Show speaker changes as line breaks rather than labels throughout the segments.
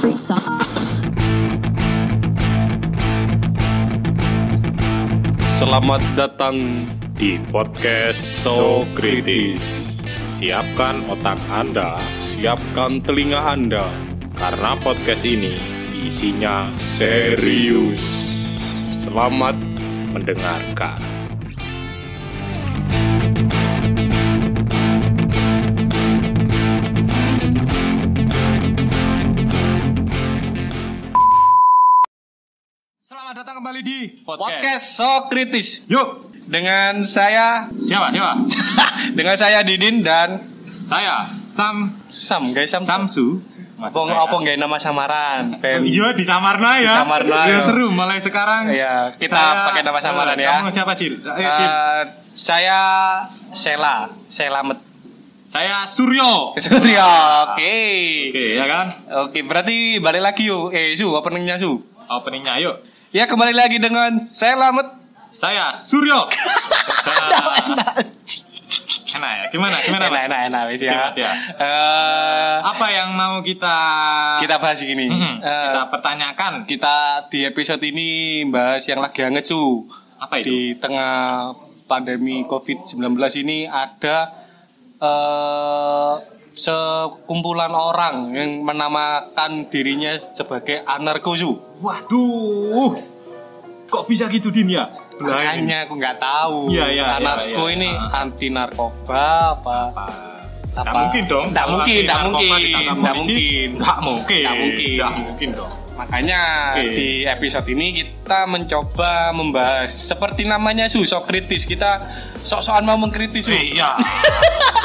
Free socks.
Selamat datang di podcast So Kritis. Siapkan otak Anda, siapkan telinga Anda, karena podcast ini isinya serius. Selamat mendengarkan.
Selamat datang kembali di
Podcast Sokritis
Yuk,
dengan saya
siapa siapa?
dengan saya Didin dan
Saya Sam
Sam guys Sam. Oh,
Samsu.
Opong opong gak nama samaran. Pen.
Iya di Samarna ya.
Di Samarna,
Ya
ya.
seru mulai sekarang.
Iya, kita pakai nama samaran
eh,
ya.
Kamu siapa Cil? Eh, Cil.
Eh, saya Sela, Sela Met.
Saya Suryo.
Surya. Oke.
Oke ya kan?
Oke, berarti balik lagi yuk. Eh, Su, openingnya Su.
Openingnya yuk.
Ya kembali lagi dengan Selamat.
Saya Suryo. Nah, enak ya? Gimana? Gimana?
Enak,
Pak?
enak, enak, wis ya.
Oke, ya.
Eh,
Apa yang mau kita
kita bahas gini.
Mm-mm,
Eh,
kita pertanyakan
kita di episode ini bahas yang lagi hangat Su.
apa
di
itu?
tengah pandemi COVID-19 ini ada eh, sekumpulan orang yang menamakan dirinya sebagai anarkosu.
Waduh. Kok bisa gitu Din ya? Belain.
Makanya aku nggak tahu.
Iya, iya, iya,
Anarko
iya.
ini
Ah.
anti narkoba apa?
Nggak
apa.
mungkin dong.
Nggak
Kalau
mungkin,
lagi
nggak
narkoba
mungkin,
ditangkap
nggak
polisi,
mungkin.
nggak mungkin.
Nggak mungkin.
Iya, Nggak mungkin dong. Iya.
Makanya
Oke.
di episode ini kita mencoba membahas seperti namanya su sok kritis kita sok-sokan mau mengkritis Su.
Iya.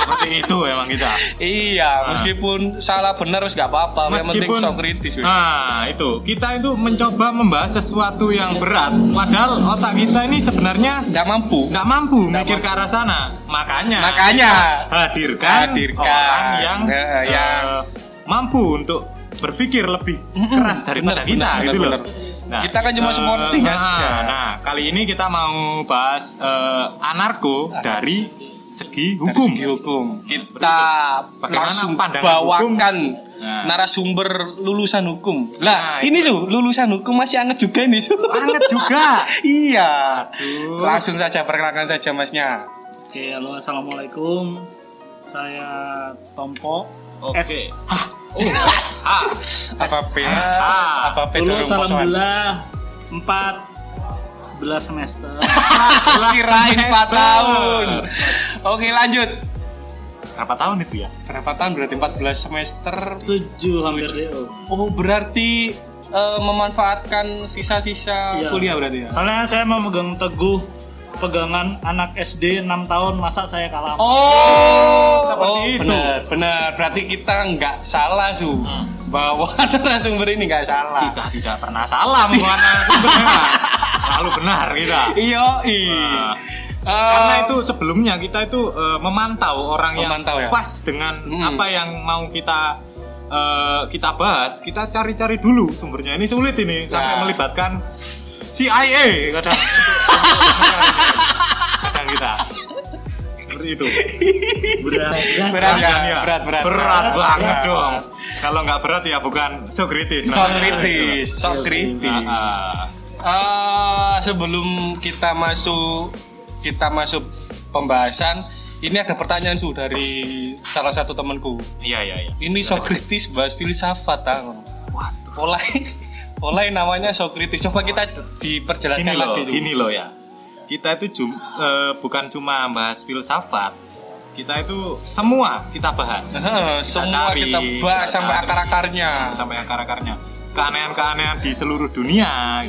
Seperti itu emang kita.
Iya,
Nah.
meskipun salah benar wis gak apa-apa, yang penting sok kritis wis.
Nah, itu. Kita itu mencoba membahas sesuatu yang berat padahal otak kita ini sebenarnya
Gak mampu.
nggak mampu
Nggak
mikir
mampu.
ke arah sana. Makanya
Makanya
hadirkan,
Hadirkan.
orang yang
Eh, eh, yang-
eh, mampu untuk berpikir lebih keras daripada
Bener,
kita
bener,
gitu
bener,
loh.
bener. Kita kan cuma
eh,
supporting
nah,
aja.
Nah, kali ini kita mau bahas eh, anarko dari segi
Dari
hukum.
segi hukum.
seperti
Kita
itu. Bagaimana
langsung
pandangan
bawakan
hukum? Nah.
narasumber lulusan hukum.
Nah,
Lah, ini su lulusan hukum masih anget juga ini su.
Anget juga.
iya.
Aduh.
Langsung saja perkenalkan saja masnya.
Oke, halo assalamualaikum. Saya Tompo.
Oke.
Eh.
S.
Hah. Oh, S. Ah.
Apa P?
Ah.
Apa P? dorong
Dulu
posoan?
alhamdulillah empat belas semester.
Kirain 4
semester.
tahun. Oke, lanjut.
Berapa tahun itu ya?
Berapa tahun berarti 14 semester
Tujuh hampir DO.
Oh berarti eh, memanfaatkan sisa-sisa
Iya.
kuliah berarti ya?
Soalnya saya memegang teguh pegangan anak SD 6 tahun masa saya kalah.
Oh,
seperti itu.
Benar, Oh, benar. Berarti kita nggak salah su bahwa narasumber ini nggak salah.
Kita tidak pernah salah membuat narasumber memang. Selalu benar kita.
Iyo i.
Wah. Karena itu sebelumnya kita itu eh, memantau orang
Memantau ya? Hmm.
yang pas dengan
Mm-mm.
apa yang mau kita eh, kita bahas, kita cari-cari dulu sumbernya. Ini sulit ini sampai
Ya.
melibatkan CIA kadang kadang kita seperti itu iya.
Berarti
Berat
Kadang
ya? Berat, berat,
berat
berat.
banget
Berat.
dong kalau nggak berat ya bukan so kritis
sok kritis, sok kritis.
iya, Ah, ah.
Eh, sebelum kita masuk kita masuk pembahasan, ini ada pertanyaan su dari salah satu temanku.
iya iya iya
Ini Socrates bahas filsafat ah.
waduh
Mulai mulai namanya Socrates. Coba kita diperjelaskan
gini loh,
lagi. Su.
gini loh ya. Kita itu jum- eh, bukan cuma bahas filsafat, kita itu semua kita bahas.
Heeh, semua
cari,
kita bahas
kita
sampai
cari,
akar-akarnya.
sampai akar-akarnya. Keanehan-keanehan di seluruh dunia.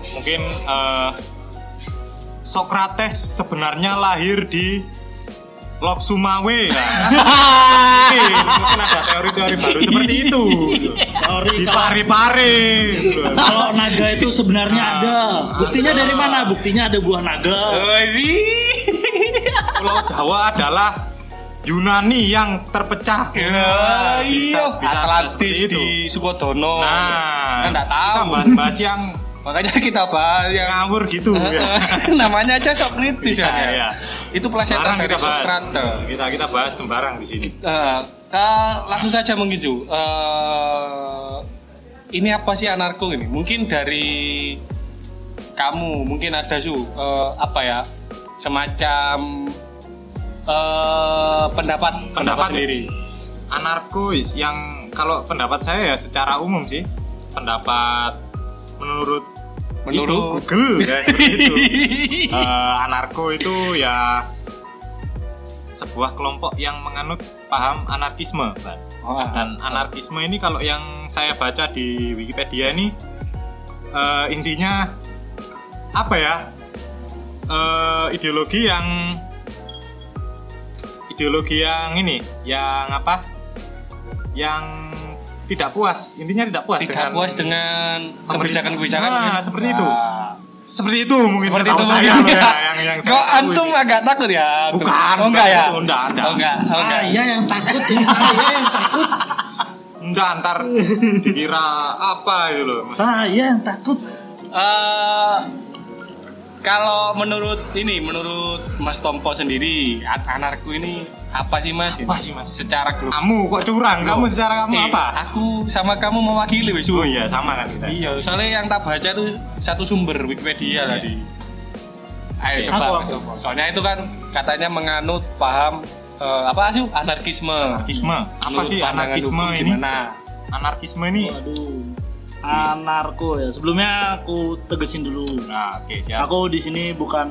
Mungkin eh, Socrates sebenarnya lahir di Lok Sumawe. ya. Mungkin, mungkin ada teori-teori baru seperti itu.
teori
Di gitu.
kalau,
Pare-Pare.
kalau naga itu sebenarnya
Ah,
ada. Buktinya
ada.
dari mana? Buktinya ada buah naga.
Eh,
Wih.
Pulau Jawa adalah Yunani yang terpecah. Nah,
Ya, Iya,
seperti
Atlantis
itu.
di Sukodono.
Nah,
Kan nggak tahu.
Kita bahas-bahas yang
Makanya kita bahas yang
ngawur gitu. ya.
namanya aja Socrates ya.
Iya, iya.
Itu pelajaran
Sembarang
dari
kita bahas.
Socrates.
Kita kita bahas sembarang di sini.
Eh, Eh, langsung saja mengiju. Eh, ini apa sih anarko ini? Mungkin dari kamu, mungkin ada su eh, apa ya semacam eh, pendapat pendapat
Pendapat.
sendiri.
anarkois yang kalau pendapat saya ya secara umum sih pendapat menurut
Menurut-
itu Google ya seperti itu Eh, anarko itu ya sebuah kelompok yang menganut paham anarkisme Mbak.
Wah,
dan anarkisme ini kalau yang saya baca di Wikipedia ini eh, intinya apa ya Eh, ideologi yang ideologi yang ini yang apa yang tidak puas intinya tidak puas
tidak
dengan-
puas dengan kebijakan-kebijakan.
Nah,
mungkin.
seperti itu.
Wah.
seperti itu mungkin
Seperti
setahu
itu.
saya loh ya, yang yang saya
Kok
tahu
antum
ini.
agak takut ya? Antum?
Bukan,
Oh, enggak ya?
enggak, enggak, enggak.
Oh, enggak. Oh,
Ah,
enggak.
iya.
Saya yang takut, ini saya yang takut.
Enggak, ntar dikira apa itu loh
Saya yang takut.
Eh, kalau menurut ini, menurut Mas Tompo sendiri, an- anarko ini apa sih Mas?
Apa sih, Mas?
Secara global.
kamu kok curang kamu secara kamu
Eh,
apa
Aku sama kamu mewakili wis.
oh iya sama kan kita
Iya, soalnya yang tak baca itu satu sumber
Iya.
Wikipedia tadi.
Eh,
Ayo coba.
Aku,
Mas
aku.
Tompo. Soalnya itu kan katanya menganut paham eh, apa sih anarkisme.
anarkisme apa
Menurut
sih
pandangan
anarkisme
hukum
ini
Gimana?
anarkisme ini
Anarko ya. Sebelumnya aku tegesin dulu.
nah oke siap
Aku di sini bukan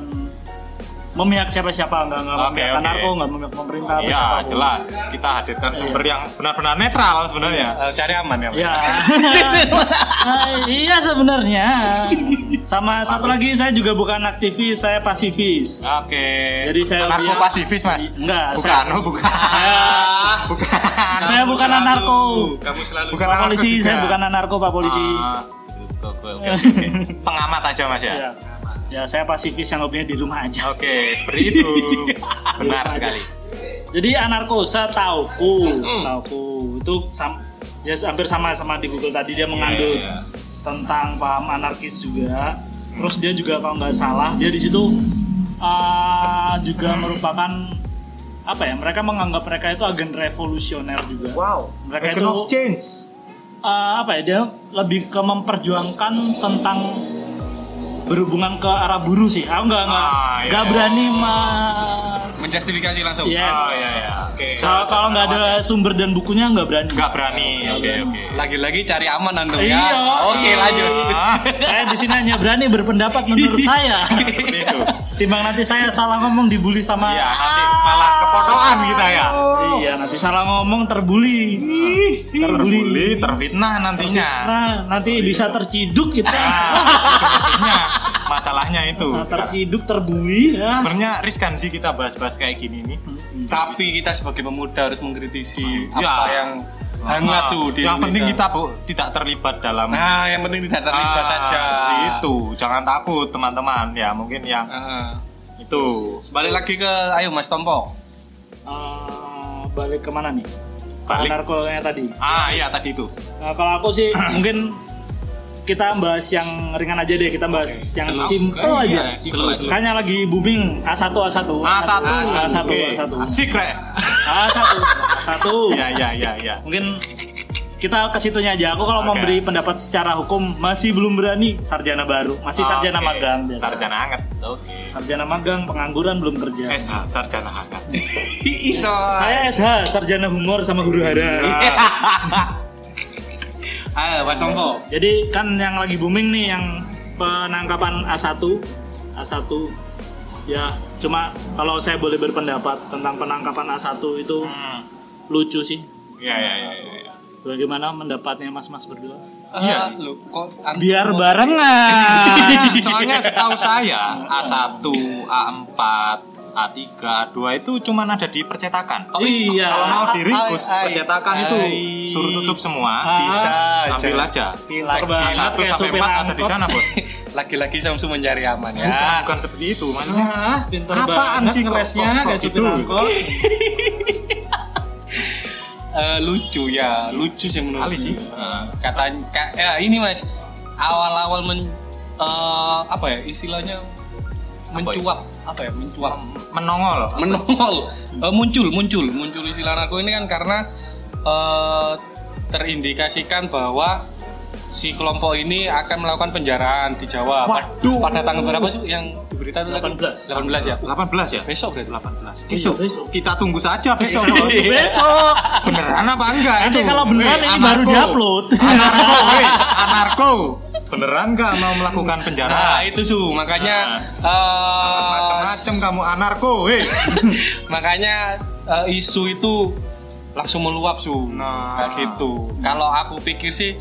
memihak siapa-siapa nggak nggak
Oke,
memihak
oke.
anarko nggak memihak pemerintah. atau
ya
siapapun.
jelas kita hadirkan sumber yang benar-benar netral sebenarnya
Eh, cari aman ya. Mas?
Iya.
Ya. Ah, iya sebenarnya. Sama satu lagi saya juga bukan aktivis, saya pasifis.
oke
Jadi saya
anarko
bilang-
pasifis mas
Enggak, Ah.
bukan oh bukan bukan
Saya
Kamu
bukan
selalu-
anarko.
kamu selalu Ah,
Pak polisi, saya bukan anarko Pak polisi.
pengamat aja mas ya
Ya. ya, saya pasifis yang hobinya di rumah aja.
oke seperti itu benar sekali
Jadi anarko setauku, setauku itu sam- ya hampir sama sama di Google tadi dia mengandung
Iya, iya.
tentang paham anarkis juga. Terus dia juga kalau nggak salah dia di situ ah, juga merupakan apa ya? Mereka menganggap mereka itu agen revolusioner juga.
wow
Mereka
agent
itu-
of change
Eh, apa ya dia lebih ke memperjuangkan tentang berhubungan ke arah buruh sih. Aku nggak nggak
Ah, iya.
nggak berani ma
Menjustifikasi langsung.
yes.
oh iya ya oke
Kalau kalau nggak ada sumber dan bukunya nggak berani.
nggak berani oke oke
Lagi-lagi cari aman antum
Iya.
ya. Oke, lanjut.
Ah,
saya di sini hanya berani berpendapat menurut saya.
seperti itu
Timbang nanti saya salah ngomong dibully sama
Iya, nanti malah kepotoan kita ya.
Iya, nanti salah ngomong terbuli.
Terbully,
terbuli.
terfitnah nantinya.
Nah, nanti bisa terciduk itu.
Ah, Sepertinya masalahnya itu.
Nah, terciduk terbuli ya.
Sebenarnya riskan sih kita bahas-bahas kayak gini nih.
Tapi kita sebagai pemuda harus mengkritisi
Ya.
apa yang hangat
Nah,
tuh di
yang
Indonesia.
penting kita bu tidak terlibat dalam
Nah, yang penting tidak terlibat
Ah,
saja.
seperti itu. Jangan takut teman-teman ya. Mungkin yang
Heeh.
itu
balik lagi ke ayo Mas Tompo.
Eh, balik kemana nih?
balik.
Narkonya tadi.
Ah iya tadi itu.
Nah, kalau aku sih mungkin kita bahas yang ringan aja deh, kita bahas yang
Slow.
simple
Iya,
aja.
simple aja.
Kayaknya lagi booming A1 A1.
A Ah, satu,
A1 A1.
oke. Ah, Asik rek.
A1 A1.
Ya ya ya ya.
Mungkin kita ke situnya aja. Aku kalau
Oke.
memberi pendapat secara hukum masih belum berani sarjana baru, masih sarjana
Ah, Oke,
magang biasa.
Sarjana hangat. Oke.
Sarjana magang, pengangguran belum kerja.
SH sarjana hangat.
Iso.
Saya SH, sarjana humor sama guru
Hmm.
hara. Nah,
Ayo Mas Tompo.
Jadi kan yang lagi booming nih yang penangkapan A1, A1 ya cuma kalau saya boleh berpendapat tentang penangkapan A1 itu
Hmm.
lucu sih.
Ya ya ya. ya, ya.
Bagaimana mendapatnya mas-mas berdua?
Iya.
Eh, lu kok Oh, antum
Biar
mau-
barengan.
Nah, Soalnya setahu saya A1, A4, A3, A2 itu cuma ada di percetakan.
oh,
iya.
Kalau mau diringkus
Ai, ai,
percetakan
ai.
itu suruh tutup semua,
Ah,
bisa
ambil
aja.
aja.
Pintar banget
A1
kayak
sampai
supir
4 ada di
angkot.
sana, Bos.
Lagi-lagi Samsu mencari aman ya.
Bukan, bukan seperti itu, maksudnya.
Ah, pintar
Apaan
banget
sih, kok-
ngeresnya
kok- kok
kayak supir
gitu?
angkot.
Eh, lucu ya, lucu sih menurut
Sekali sih. Eh, Heeh.
kata ka- ya ini mas awal-awal men eh, apa ya istilahnya mencuap apa ya mencuap
Menongol.
menongol Eh, muncul muncul muncul istilah narko ini kan karena eh, terindikasikan bahwa si kelompok ini akan melakukan penjaraan di Jawa. Pad-
Waduh.
Pada tanggal berapa sih yang diberita itu? tadi?
18.
18 ya.
18 ya?
Besok berarti 18.
Besok.
Iya, besok.
Kita tunggu saja besok, Bos.
Besok.
Beneran apa enggak
Nanti
itu?
kalau beneran
Weh,
ini baru
anarko.
diupload.
Anarko, weh, anarko. Beneran enggak mau melakukan penjara?
Nah, itu su makanya eh,
Macam-macam kamu anarko, weh.
makanya eh, isu itu langsung meluap su
Nah.
kayak gitu kalau aku pikir sih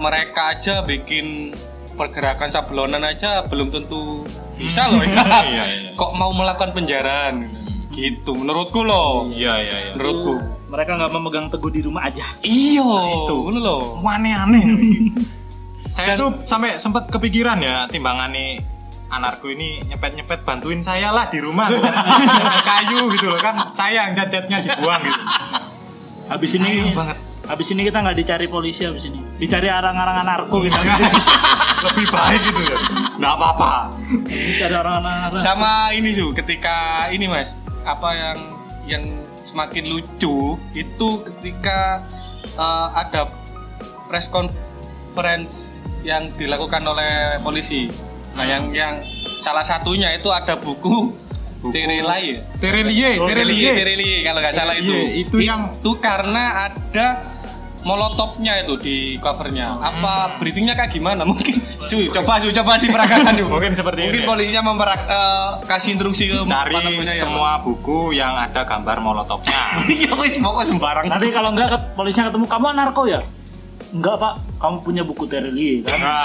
mereka aja bikin pergerakan sablonan aja belum tentu bisa loh ya
Iya, iya.
kok mau melakukan penjaraan gitu menurutku loh
Iya, iya, iya.
menurutku
Mereka nggak memegang teguh di rumah aja.
iyo
itu.
itu loh
aneh-aneh. saya
Dan-
tuh sampai sempat kepikiran ya timbangan nih anarko ini nyepet-nyepet bantuin saya lah di rumah Kan? Nyepet kayu gitu loh kan saya yang cacatnya dibuang gitu
Habis ini
Sayang banget
habis ini kita nggak dicari polisi habis ini. Dicari arang-arang anarko kita.
lebih baik gitu ya nggak apa-apa
Dicari arang-arang anarko.
sama ini su ketika ini mas apa yang yang semakin lucu itu ketika eh, ada press conference yang dilakukan oleh polisi nah yang yang salah satunya itu ada buku,
Buku.
Terelai ya?
terelie terelie
Terelie, kalau nggak salah itu
Terelie, Oh, Iya, itu yang-
itu karena ada molotopnya itu di covernya
Hmm.
apa briefingnya kayak gimana mungkin su coba su coba diperagakan yuk
Mungkin seperti
mungkin
ini.
polisinya memperak eh, kasih instruksi ke
cari
mana punya ya.
semua buku yang ada gambar molotofnya
ya wis pokoknya sembarang
Nanti kalau nggak ke- polisinya ketemu kamu anarko ya? Enggak pak, kamu punya buku terli kan?
Nah,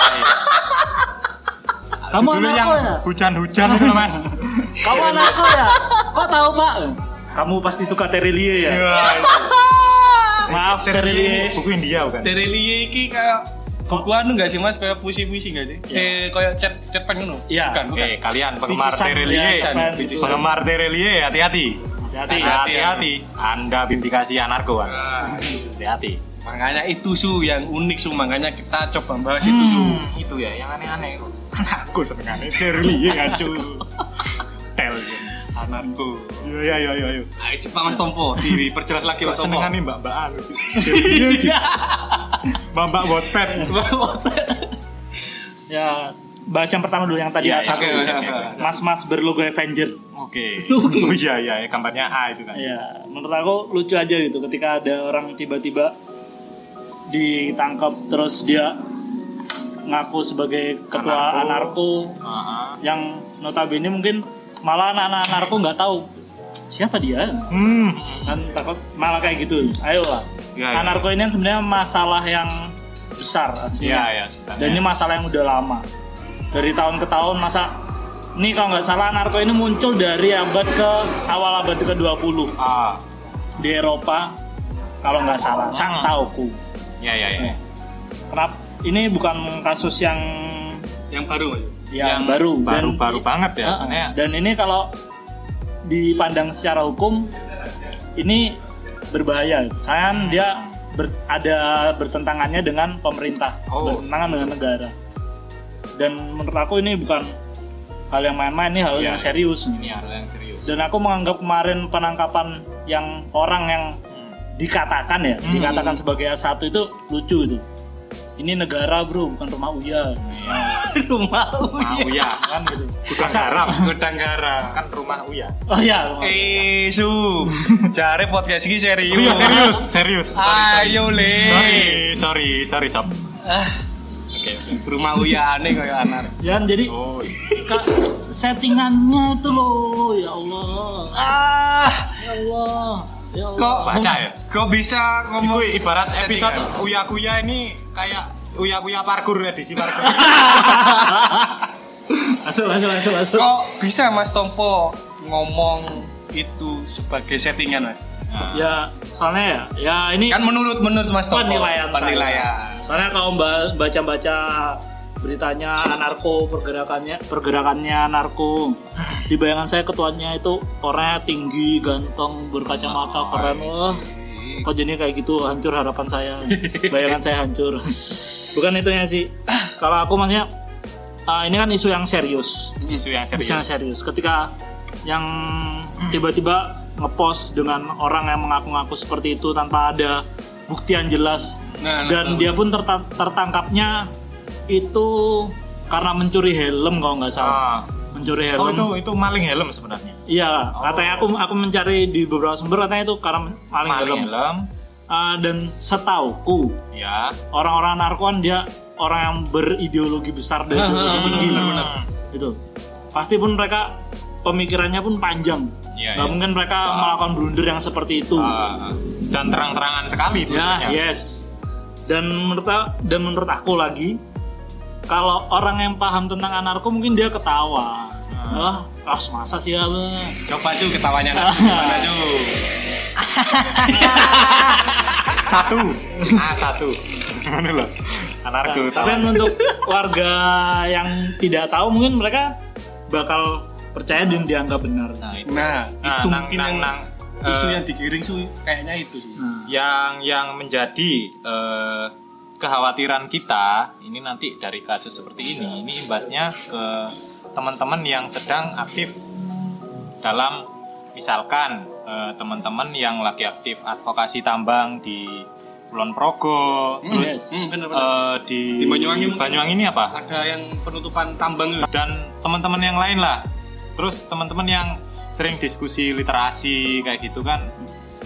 Kamu
judulnya
anarko
yang
ya?
hujan-hujan itu loh, mas
Kamu anakku ya? Kok tahu pak? Kamu pasti suka Terelie ya?
Iya, itu.
Maaf, Terelie.
ini buku India bukan
Terelie iki kayak buku anu nggak sih mas kayak puisi-puisi nggak sih
Iya.
eh kayak cer cerpen ngono
Iya.
bukan bukan
Eh kalian penggemar
Bingkisan,
Terelie,
bingkisan, bingkisan.
penggemar Terelie hati-hati.
Hati-hati.
Iya, Hati-hati, Anda bindikasi anarko. Anda.
Nah,
Hati-hati.
makanya itu su yang unik su makanya kita coba bahas itu su
Hmm, itu ya yang aneh-aneh itu. Anarko senengane Terelie ngacu. Tel. Iya,
anakku
Yo yo yo yo yo.
ayo coba mas Tompo diperjelas lagi
Kok
mas Tompo
senengane mbak-mbakan lucu. Iya, Ci. Mbak-mbak Wattpad.
Ya, bahas yang pertama dulu yang tadi
Iya,
asal.
oke oke oke.
Mas-mas berlogo Avenger.
Oke. Oh iya iya gambarnya A itu kan.
Ya, menurut aku lucu aja gitu ketika ada orang tiba-tiba ditangkap terus dia ngaku sebagai ketua
Anarko.
anarko,
Heeh.
yang notabene mungkin malah anak-anak anarko nggak tahu siapa dia
Hmm.
kan takut malah kayak gitu ayolah
Ya, ya.
anarko ini kan sebenarnya masalah yang besar
Iya
aslinya
ya sebenarnya.
dan ini masalah yang udah lama dari tahun ke tahun masa ini kalau nggak salah anarko ini muncul dari abad ke awal abad ke 20
Ah.
di Eropa kalau nggak salah sang tauku
Iya iya iya.
kenapa ini bukan kasus yang
yang baru Mas.
yang, baru
baru
Dan-
baru banget ya
Ah,
sebenarnya.
dan ini kalau dipandang secara hukum ini berbahaya saya
Hmm.
dia ber- ada bertentangannya dengan pemerintah
Oh,
bertentangan dengan negara dan menurut aku ini bukan hal yang main-main ini hal
Iya.
yang serius
Ini harus yang serius.
dan aku menganggap kemarin penangkapan yang orang yang dikatakan ya
Hmm.
dikatakan sebagai A1 itu lucu itu ini negara bro bukan rumah uya
rumah
Rumah Uya.
kan gitu
ya. Gudang garam.
gudang garam
Kan rumah Uya.
oh iya rumah Uya.
Eh, su, cari podcast ini Oh, serius.
Iya serius, serius. Sorry,
Ayo le.
sorry, sorry, sorry sob.
Ah,
Oke, oke.
rumah Uya aneh kayak anar.
Dan jadi
Oh, iya.
Kak, settingannya itu loh, ya Allah,
Ah,
ya Allah, ya Allah.
kok
Baca ya?
Kok bisa
Iku
ngomong?
ibarat
settingan.
episode Uya Kuya ini kayak Uya Kuya parkur edisi parkur.
Masuk, masuk, masuk, masuk.
Kok bisa Mas Tompo ngomong itu sebagai settingan Mas?
Nah,
Ya, soalnya ya, ya ini
Kan menurut menurut Mas Tompo
penilaian. saya.
penilaian.
Soalnya kalau mba- baca-baca beritanya narko pergerakannya pergerakannya narko di bayangan saya ketuanya itu orangnya tinggi ganteng berkacamata keren Wah, kok jadi kayak gitu hancur harapan saya bayangan saya hancur bukan itunya sih kalau aku maksudnya ah, ini kan isu yang serius
Isu yang
isu yang
serius.
serius ketika yang tiba-tiba ngepost dengan orang yang mengaku-ngaku seperti itu tanpa ada bukti yang jelas
Nah, nah,
dan
nah.
dia pun terta- tertangkapnya itu karena mencuri helm kalau nggak salah
Ah.
mencuri helm
Oh itu itu maling helm sebenarnya.
iya
Oh.
katanya aku aku mencari di beberapa sumber katanya itu karena maling, helm,
Maling helm.
Ah, dan setauku
Ya.
orang-orang narkoan dia orang yang berideologi besar dan ideologi tinggi
Hmm.
gitu pasti pun mereka pemikirannya pun panjang
Iya,
nggak
iya.
mungkin mereka melakukan blunder yang seperti itu
Ah, dan terang-terangan sekali
ya
benernya.
yes dan menurut dan menurut aku lagi kalau orang yang paham tentang anarko mungkin dia ketawa ah kelas masa sih ya Bang?"
Coba Su ketawanya Nas.
Ah,
Maju. satu. Ah satu. Gimana lo? Anarko
Nah,
tapi kan untuk warga yang tidak tahu mungkin mereka bakal percaya dan dianggap benar
Nah itu.
Nah,
Nah,
itu
nang,
mungkin
nang,
yang
nang,
isu
eh,
yang digiring Su kayaknya itu. Su.
Nah,
yang yang menjadi eh, kekhawatiran kita ini nanti dari kasus seperti ini ini imbasnya ke teman-teman yang sedang aktif dalam misalkan eh, teman-teman yang lagi aktif advokasi tambang di Kulon Progo
Hmm,
terus
yes. Hmm, bener-bener.
eh, di,
Di Banyuwangi mungkin.
Banyuwangi ini apa
Ada yang penutupan tambang Su.
dan teman-teman yang lain lah terus teman-teman yang sering diskusi literasi kayak gitu kan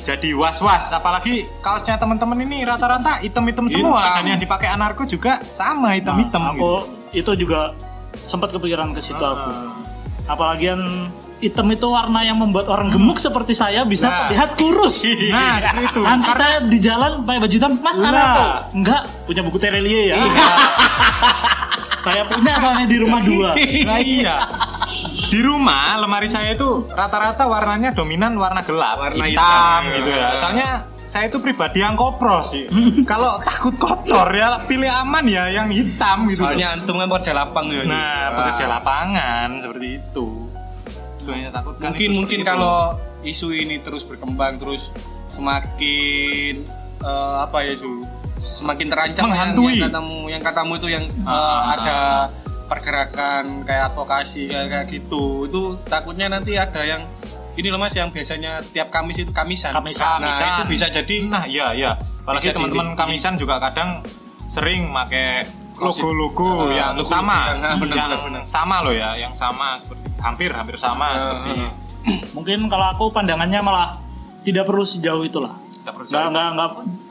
jadi was-was apalagi kaosnya teman-teman ini rata-rata item-item semua dan yang dipakai anarko juga sama item-item
Nah,
gitu.
aku itu juga sempat kepikiran ke situ aku
Ah.
apalagi yang hitam itu warna yang membuat orang gemuk seperti saya bisa
Hmm. Nah.
terlihat kurus
Nah, seperti itu.
nanti
Karena-
saya di jalan pakai baju hitam mas
Nah.
anarko enggak punya buku terelie
Iya.
ya saya punya soalnya di rumah dua
nah iya di rumah lemari saya itu rata-rata warnanya dominan warna gelap
Warna
hitam,
hitam, ya.
gitu ya soalnya saya itu pribadi yang kopros sih kalau takut kotor ya pilih aman ya yang hitam gitu
Soalnya antum kan kerja lapang ya. Su.
Nah, pekerja lapangan seperti itu. Itu yang saya takutkan.
mungkin
itu
mungkin
seperti itu.
kalau isu ini terus berkembang terus semakin eh, apa ya Su semakin terancam yang-
Menghantui.
yang, katamu yang katamu itu yang eh,
Ah.
ada pergerakan kayak advokasi kayak, kayak gitu itu takutnya nanti ada yang ini loh mas yang biasanya tiap Kamis itu Kamisan
Kamisan.
nah
Kamisan.
itu bisa jadi
nah, iya iya. Apalagi
Bisa
teman-teman
di-
kamisan juga kadang sering make
Closing.
logo-logo
Ah,
yang
logo-logo
sama.
yang- ah, benar,
yang
benar, benar.
sama loh ya, yang sama seperti hampir hampir sama
Ah,
seperti
ah.
mungkin kalau aku pandangannya malah tidak perlu sejauh itulah
kita
nggak
percaya.
nggak nggak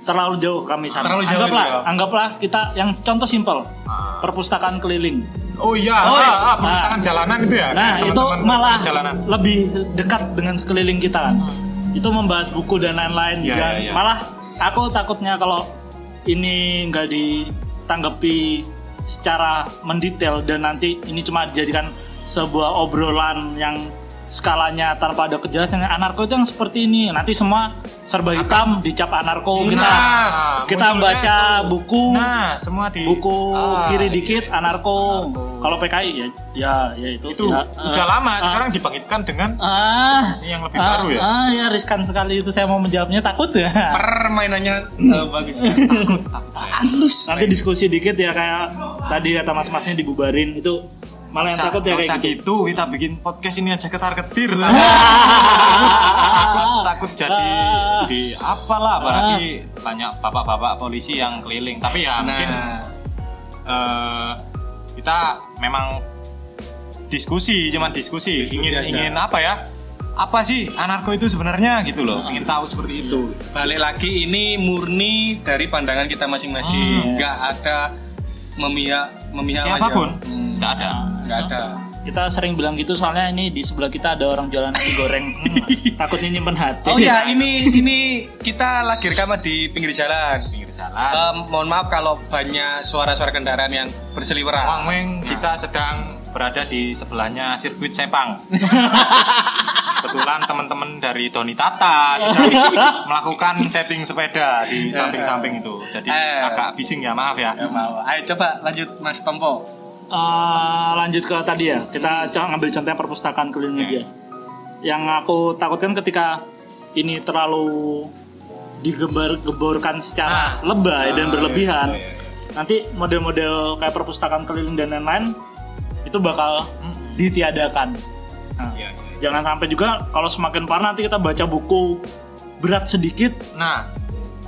terlalu jauh kami sana
Terlalu jauh
anggaplah
itu ya.
anggaplah kita yang contoh simpel
Ah.
perpustakaan keliling
Oh iya, oh, ah, ah, perpustakaan jalanan itu ya.
Nah,
kayak
itu
teman-teman
malah
perpustakaan jalanan.
lebih dekat dengan sekeliling kita kan.
Hmm.
Itu membahas buku dan
Iya,
lain-lain juga.
iya, iya.
Malah aku takutnya kalau ini nggak ditanggapi secara mendetail dan nanti ini cuma dijadikan sebuah obrolan yang skalanya tanpa ada kejelasan anarko itu yang seperti ini nanti semua serba hitam dicap anarko kita
Nah,
kita
munculnya
baca
itu.
buku
Nah, semua di
buku
Ah,
kiri
iya.
dikit anarko kalau PKI ya ya, ya itu
Itu
Ya,
udah
eh,
lama,
ah,
sekarang dibangkitkan dengan
ah
yang lebih
ah,
baru ya.
ah ya riskan sekali itu saya mau menjawabnya takut ya
permainannya eh, bagus takut
nanti diskusi dikit ya kayak tadi kata mas-masnya dibubarin itu malah yang
Sa-
takut ya
nggak
kayak
usah
gitu
gitu. kita bikin podcast ini aja ketar ketir takut takut jadi
Ah.
di apalah apalagi banyak bapak-bapak polisi yang keliling tapi ya mungkin
nah
eh, kita memang diskusi cuman diskusi,
Diskusi
ingin
aja.
ingin apa ya apa sih anarko itu sebenarnya gitu loh ingin tahu seperti itu
balik lagi ini murni dari pandangan kita masing-masing nggak ada memihak memihak
siapapun
aja. Hmm,
tidak ada
nggak ada
kita sering bilang gitu soalnya ini di sebelah kita ada orang jualan nasi goreng Hmm, takutnya nyimpen hati
oh ya
iya,
ini ini kita lagi rekaman di pinggir jalan
pinggir jalan
Ah.
Em, mohon maaf kalau banyak suara-suara kendaraan yang berseliweran
Wangweng kita sedang berada di sebelahnya sirkuit Sepang. Kebetulan teman-teman dari Doni Tata sedang melakukan setting sepeda di samping-samping itu. Jadi
Eh.
agak bising ya, maaf ya.
Ya, mau ayo coba lanjut Mas Tompo
Eh, lanjut ke tadi ya kita co- ngambil contoh perpustakaan keliling
Iya.
aja yang aku takutkan ketika ini terlalu digembar-geborkan secara
Ah,
lebay
ah,
dan berlebihan
iya, iya,
nanti model-model kayak perpustakaan keliling dan lain-lain itu bakal ditiadakan Nah,
Iya, iya, iya.
jangan sampai juga kalau semakin parah nanti kita baca buku berat sedikit
Nah,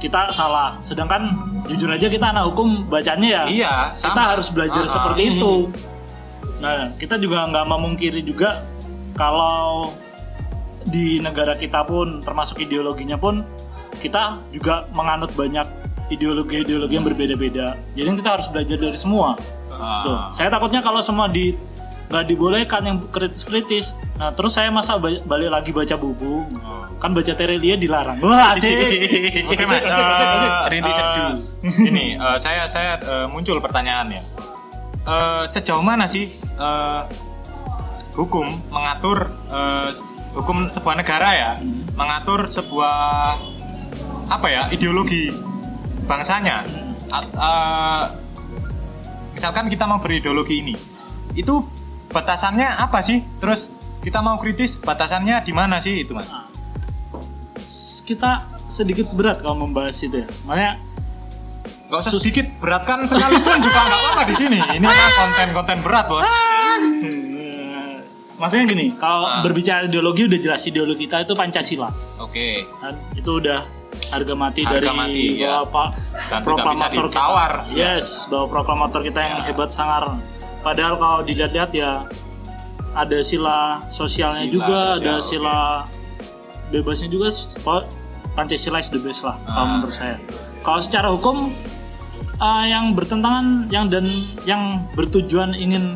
kita salah. Sedangkan jujur aja kita anak hukum bacanya ya
iya, sama.
kita harus belajar
Ah, ah.
seperti itu. Nah, kita juga nggak memungkiri juga kalau di negara kita pun termasuk ideologinya pun kita juga menganut banyak ideologi-ideologi yang berbeda-beda. Jadi kita harus belajar dari semua.
Ah.
Tuh, saya takutnya kalau semua di nggak dibolehkan yang kritis-kritis. Nah, terus saya masa ba- balik lagi baca buku. Kan baca Terelia dilarang. Wah, asik.
Oke mas,
Asik, asik, asik.
Eh,
Rintisan
eh,
dulu.
Ini eh, saya saya eh, muncul pertanyaannya. Eh, sejauh mana sih eh, hukum mengatur eh, s- hukum sebuah negara ya, mengatur sebuah apa ya ideologi bangsanya? At- eh, misalkan kita mau berideologi ini, itu batasannya apa sih? Terus kita mau kritis batasannya di mana sih itu mas?
Kita sedikit berat kalau membahas itu ya. Makanya
Gak usah sedikit, beratkan sekalipun juga nggak apa-apa di sini. Ini adalah konten-konten berat, bos.
Eh, Maksudnya gini, kalau
Ah.
berbicara ideologi udah jelas ideologi kita itu Pancasila.
Oke,
Kan? Itu udah harga mati
Harga
dari
mati, ya.
Bapak
Dan tidak
proklamator
bisa ditawar. Iya.
kita. Yes, bahwa proklamator kita yang hebat sangar. Padahal kalau dilihat-lihat ya ada sila sosialnya
Sila
juga, ada
sosial, oke.
sila bebasnya juga. Kalau Pancasila is the best lah, kalau
Ah.
menurut saya. Kalau secara hukum eh, yang bertentangan yang dan yang bertujuan ingin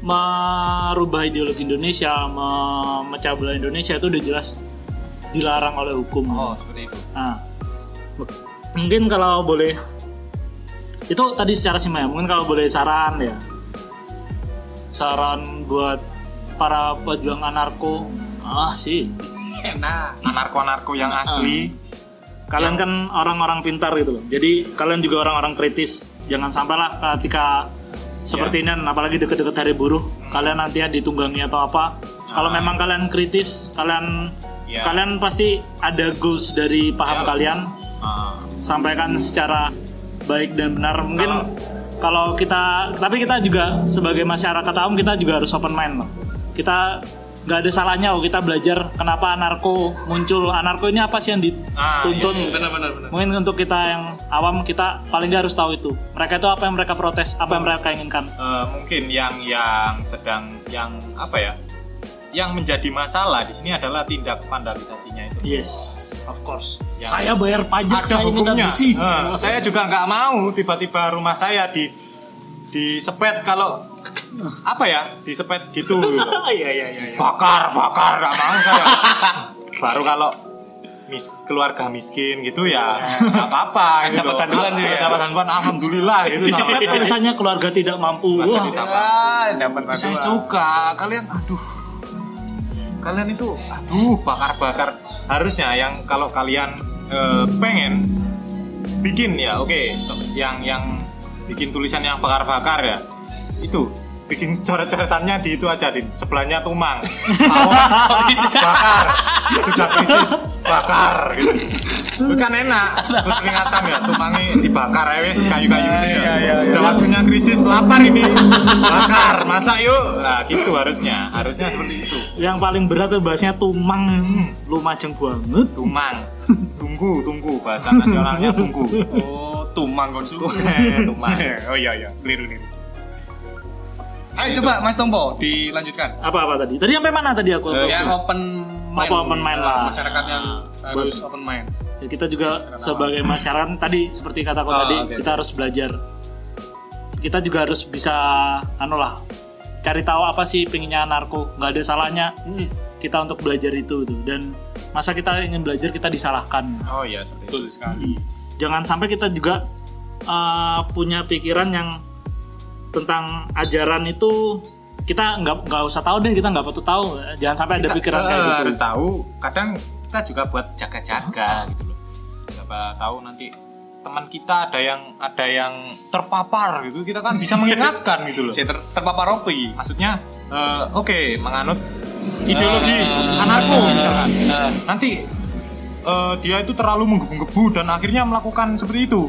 merubah ideologi Indonesia, memecah belah Indonesia itu udah jelas dilarang oleh hukum.
Oh, seperti itu.
Nah, m- mungkin kalau boleh itu tadi secara simple ya. Mungkin kalau boleh saran ya, saran buat para pejuang anarko. Ah sih,
Anarko-anarko yang asli.
kalian
Ya.
kan orang-orang pintar gitu loh. Jadi kalian juga orang-orang kritis. Jangan sampailah ketika seperti
Ya.
ini, apalagi deket-deket hari buruh, kalian nanti ya ditunggangi atau apa. Kalau
Ah.
memang kalian kritis, kalian
Ya.
kalian pasti ada goals dari
Ya.
paham kalian.
Ah,
sampaikan secara baik dan benar mungkin kalau kita tapi kita juga sebagai masyarakat awam kita juga harus open mind loh kita nggak ada salahnya loh kita belajar kenapa anarko muncul anarko ini apa sih yang
Ah,
dituntut
benar-benar benar.
mungkin untuk kita yang awam kita paling nggak harus tahu itu mereka itu apa yang mereka protes apa yang mereka inginkan
eh, mungkin yang yang sedang yang apa ya? Yang menjadi masalah di sini adalah tindak vandalisasinya itu.
Iya. yes of course
Ya.
saya bayar pajak
Ada
saya ini nggak
hukumnya.
ngisi.
Eh, saya juga nggak mau tiba-tiba rumah saya di disepet kalau apa ya? Disepet gitu.
iya iya iya iya.
bakar bakar nggak mau saya baru kalau mis- keluarga miskin gitu ya nggak apa-apa gitu
Iya. Dapat bantuan sih ya. Iya.
dapat bantuan alhamdulillah gitu
disepet tulisannya keluarga tidak mampu Wah,
dapat
saya suka kalian aduh kalian itu aduh bakar-bakar harusnya yang kalau kalian eh, pengen bikin ya oke yang yang bikin tulisan yang bakar-bakar ya itu bikin coret-coretannya di itu aja din sebelahnya tumang Tawon, bakar sudah krisis bakar gitu. bukan enak peringatan ya tumangi dibakar ya wes kayu-kayu ini ya, udah waktunya krisis lapar ini bakar masak yuk nah gitu harusnya harusnya seperti itu
yang paling berat tuh bahasnya tumang lumajang banget
tumang tunggu tunggu bahasa nasionalnya tunggu
Oh, tumang konsu.
tumang
oh iya iya, keliru keliru. Ayo coba Mas Tompo dilanjutkan.
apa apa tadi tadi sampai mana tadi aku
Eh,
Yang open mind.
Apa open mind
Eh,
lah.
Masyarakat yang harus open mind.
Ya, kita juga sebagai masyarakat tadi seperti kata kau
Oh,
tadi
oke,
kita harus belajar kita juga harus bisa anu lah cari tahu apa sih pinginnya narko nggak ada salahnya
Hmm,
kita untuk belajar itu tuh dan masa kita ingin belajar kita disalahkan
oh iya seperti itu
betul sekali.
jangan sampai kita juga uh, punya pikiran yang tentang ajaran itu kita nggak nggak usah tahu deh kita nggak perlu tahu jangan sampai ada
Kita-
pikiran
eh,
kayak gitu
harus tahu kadang kita juga buat jaga-jaga gitu loh siapa tahu nanti teman kita ada yang ada yang terpapar gitu kita kan bisa mengingatkan gitu loh
Saya ter terpapar opi.
maksudnya eh, oke menganut ideologi
Ah.
anarko misalkan
Eh,
nanti eh, dia itu terlalu menggebu-gebu dan akhirnya melakukan seperti itu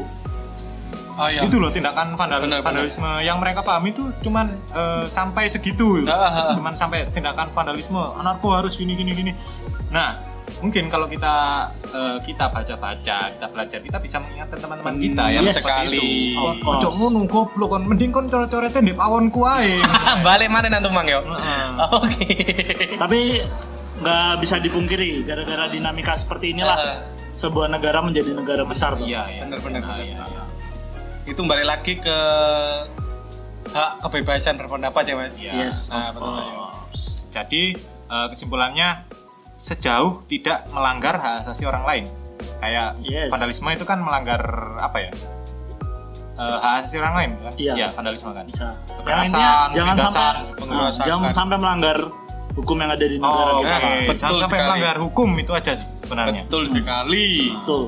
Oh, iya.
Itu loh tindakan vandal-
Benar, benar.
vandalisme yang mereka pahami itu cuman eh, sampai segitu.
Ah, ah, ah.
Cuman sampai tindakan vandalisme, anarko harus gini gini gini. Nah, mungkin kalau kita eh, kita baca-baca, kita belajar, kita bisa mengingatkan teman-teman kita
Hmm,
ya, yang
Yes.
seperti
Sekali.
itu. Ojo ngono goblok kon, mending kon coret-coretnya ndek pawonku ae.
Ah, balik mana nanti mang yo
Heeh.
oke
Tapi nggak bisa dipungkiri gara-gara dinamika seperti
Heeh.
inilah sebuah negara menjadi negara besar.
Ah.
Bang.
Iya, iya.
Benar, benar,
Nah,
benar.
iya, iya.
itu balik lagi ke hak kebebasan berpendapat ya mas
Iya.
Yes,
Nah,
of
betul, Mas.
course.
Jadi eh, kesimpulannya sejauh tidak melanggar hak asasi orang lain. Kayak
Yes.
vandalisme itu kan melanggar apa ya? Eh, hak asasi orang lain kan?
Iya.
vandalisme kan.
Bisa. Karena
Kekerasan,
intinya jangan sampai
penindasan,
Ah,
penguasaan. kan.
jangan sampai melanggar hukum yang ada di negara
Oh, oke.
kita. Bang.
Betul
Jangan sampai
sekali.
melanggar hukum itu aja sih sebenarnya.
betul sekali
Betul.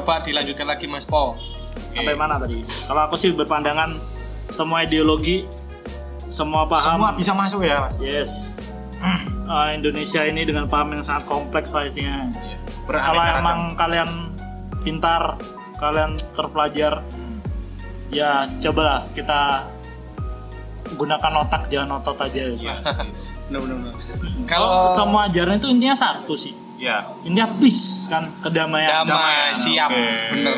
coba dilanjutkan lagi mas Paul
Oke.
Sampai mana tadi? Kalau aku sih berpandangan semua ideologi, semua paham. Iya.
Semua bisa Hmm. masuk ya, Mas.
Yes. Eh, Indonesia ini dengan paham yang sangat kompleks lah intinya. Kalau
Beraneka
emang
ragam.
kalian pintar, kalian terpelajar, ya cobalah kita gunakan otak jangan otot aja.
Iya, gitu.
benar benar benar.
Oh,
Kalau
kalau
semua ajaran itu intinya satu sih.
Iya.
Intinya peace kan kedamaian.
damai
damai.
siap
Oke.
bener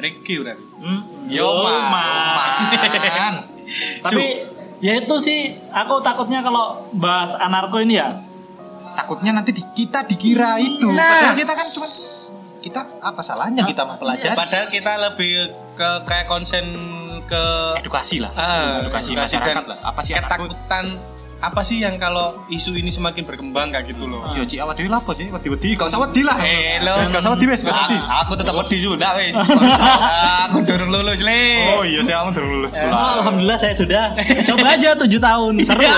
Ricky berarti
Hmm?
Yo, Man.
Man.
Tapi ya itu sih aku takutnya kalau bahas anarko ini ya.
Takutnya nanti di- kita dikira itu.
Nah.
Padahal kita kan cuma kita apa salahnya kita mempelajari
padahal kita lebih ke kayak konsen ke
edukasi lah
Ah,
edukasi,
edukasi
masyarakat
dan
lah apa sih anakku
ketakutan apa sih yang kalau isu ini semakin berkembang kayak gitu loh
yo cik awak dewi lapo sih wedi wedi kau sawat di lah
Eh,
Iya.
lo.
Wes, gak usah wedi wes gak usah wedi.
A- Ah, aku tetap wedi sudah wes aku durung lulus le
oh iya saya kamu dulu lulus
Oh,
sekolah
Alhamdulillah saya sudah. Coba aja 7 tahun. Seru ya?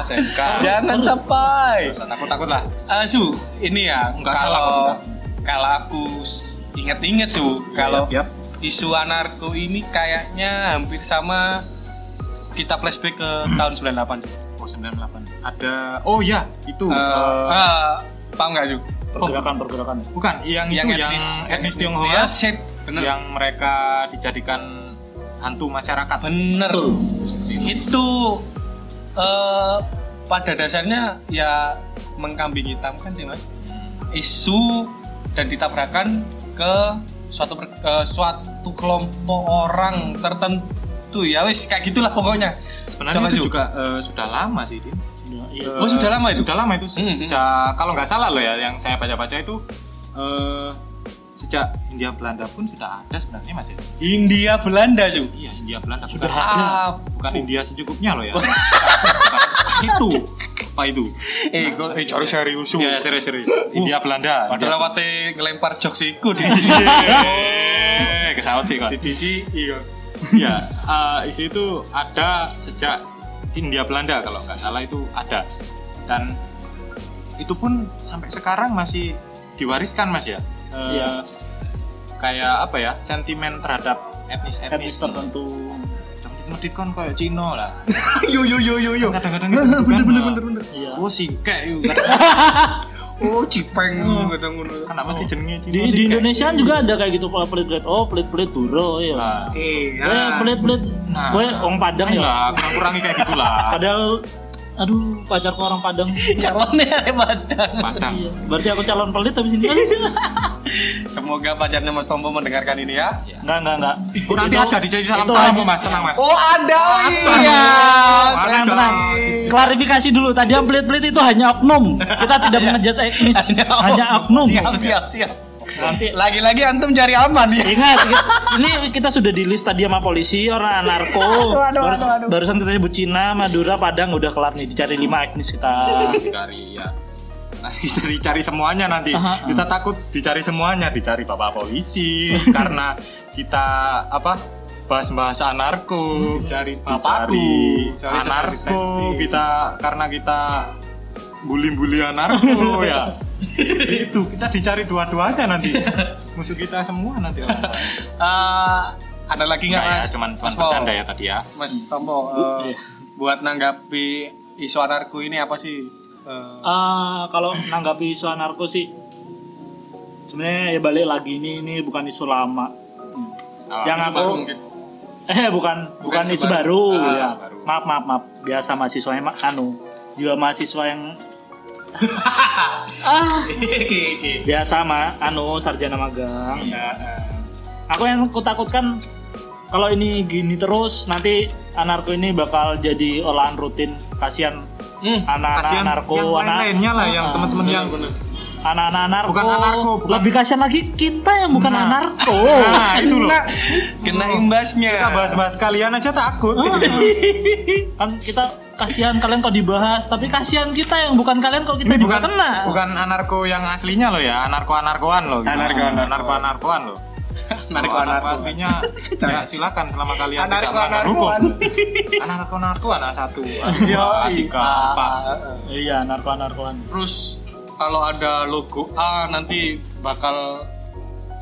SMK
jangan sampai
Gak usah takut takut lah
Eh, Su, ini ya.
Enggak
kalau-
salah kok, enggak.
Kalau aku s- inget-inget Su,
Iya,
kalau
Yap, yap.
isu anarko ini kayaknya hampir sama kita flashback ke
Hmm.
tahun 98. Su.
oh 98 ada oh iya itu
Eh,
eh,
eh, paham nggak Su?
Pergerakan-pergerakan.
bukan yang itu yang etnis
Ya,
Tionghoa
set. Bener.
yang mereka dijadikan hantu masyarakat
Bener. Itu eh, pada dasarnya ya mengkambing hitamkan sih mas. isu dan ditabrakan ke suatu per- ke suatu kelompok orang tertentu ya wis kayak gitulah pokoknya
sebenarnya
Coba, Ju.
itu juga eh, sudah lama sih Din.
Sudah, iya.
Oh, sudah lama itu?
Sudah lama itu se-
Hmm.
sejak kalau nggak salah loh ya yang saya baca-baca itu eh, sejak Hindia Belanda pun sudah ada sebenarnya Mas ya.
India Belanda su
Iya, Hindia Belanda
Sudah
bukan,
ada.
ah
bukan India secukupnya loh ya. Bukan. itu apa itu?
eh kok eh cari serius Uh.
Ya,
Iya. su
serius serius. India Belanda.
padahal wate ngelempar jok siku di
Iya. Kesawat sih kok.
di DC iya
Iya, eh, isu itu ada sejak India Belanda kalau nggak salah itu ada dan itu pun sampai sekarang masih diwariskan mas ya. Eh,
Iya.
Kayak apa ya sentimen terhadap
etnis
etnis-etnis.
tertentu.
Medit kon kayak Cino lah.
yo yo yo yo yo
Kadang-kadang itu bener bener bener bener.
Iya.
Oh singkek itu.
oh cipeng kadang ngono Oh.
Kenapa mesti jenenge Cino
Di, di Indonesia juga ada kayak gitu Pak, pelit-pelit. Oh, pelit-pelit duro ya.
eh
Eh, pelit-pelit.
iya. Nah.
Gue orang Padang ya.
lah, kurang kurangi kayak gitulah.
Padahal aduh pacarku orang Padang.
calonnya ada Padang
Padang.
Iya. Berarti aku calon pelit habis ini kali.
semoga pacarnya Mas Tombo mendengarkan ini ya
Enggak, enggak, enggak.
Oh, nanti
Itu-
ada dijadi
itu
salam-salam
hanya-
kok mas, tenang mas.
oh ada iya
Tenang, tenang.
Klarifikasi dulu, tadi yang pelit-pelit itu hanya oknum. Kita tidak mengejat etnis, hanya oknum.
siap siap siap
Nanti
Lagi-lagi antum cari aman ya.
ingat, ini kita sudah di list tadi sama polisi, orang narko.
aduh,
Barus-
aduh, aduh.
Barusan kita sebut Cina, Madura, Padang udah kelar nih dicari lima etnis kita.
dicari ya nanti kita dicari semuanya nanti
Aha.
kita takut dicari semuanya dicari bapak polisi karena kita apa bahas bahas anarko dicari
papaku,
cari sosial
anarko
distancing.
kita karena kita bully bully anarko ya itu kita dicari dua-duanya nanti musuh kita semua nanti ya, orang
Eh, ada lagi nggak mas? mas Pol?
ya tadi ya
Mas Tombo, eh, buat nanggapi isu anarko ini apa sih? Eh,
Ah, kalau menanggapi isu anarko sih sebenarnya ya balik lagi ini ini bukan isu lama.
isu
yang aku
Ah,
baru
mungkin.
eh bukan bukan
Bukan
isu
Subaru.
baru
Ah,
ya.
Subaru.
maaf maaf maaf biasa mahasiswa yang anu jiwa mahasiswa yang biasa ma anu sarjana magang
Ya, eh,
aku yang kutakutkan kalau ini gini terus nanti anarko ini bakal jadi olahan rutin kasihan
Hmm,
anak-anak
kasihan
anarko
yang
anak- Ah, iya,
lain-lainnya lah yang teman-teman yang
anak-anak anarko,
Bukan anarko, bukan-
lebih kasihan lagi kita yang bukan
Nah.
anarko
Nah, itu loh.
Kena- kena imbasnya
Kita bahas-bahas kalian aja takut.
iya. kan kita kasihan kalian kok dibahas tapi kasihan kita yang bukan kalian kok
Ini
kita
bukan
juga kena
bukan anarko yang aslinya loh ya, anarko-anarkoan loh. gitu.
Anarko-anarkoan.
Anarko-anarkoan loh.
Narko
Kalau
narko
aslinya ya silakan selama kalian tidak
Anarko
melanggar hukum.
narkoan.
Anarko-anarkoan A1,
Yo,
A2, A3, A4.
iya anarko anarkoan
Terus kalau ada logo A nanti bakal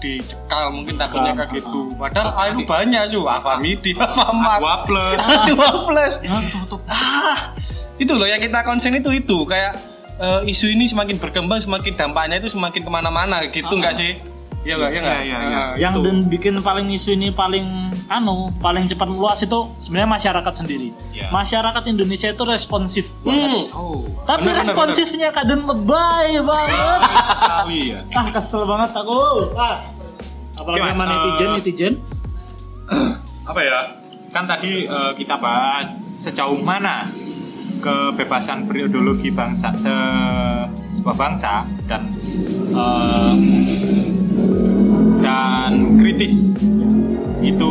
dicekal mungkin takutnya kayak gitu. Padahal A itu banyak sih, apa midi, apa mat,
Aqua plus.
dua plus. Ah, itu loh yang kita concern itu itu kayak eh, isu ini semakin berkembang semakin dampaknya itu semakin kemana-mana gitu nggak sih? Iya nggak? Iya nggak?
Iya, iya, iya.
Ah,
yang
itu.
dan bikin paling isu ini paling anu paling cepat meluas itu sebenarnya masyarakat sendiri
Iya.
masyarakat Indonesia itu responsif banget
Hmm,
Oh,
tapi
Bener, bener,
responsifnya kadang lebay banget
sekali ya.
ah kesel banget aku ah. apalagi
Oke, Mas,
sama netizen
eh,
netizen
apa ya kan tadi eh, kita bahas sejauh mana kebebasan periodologi bangsa se- sebuah bangsa dan eh, dan kritis itu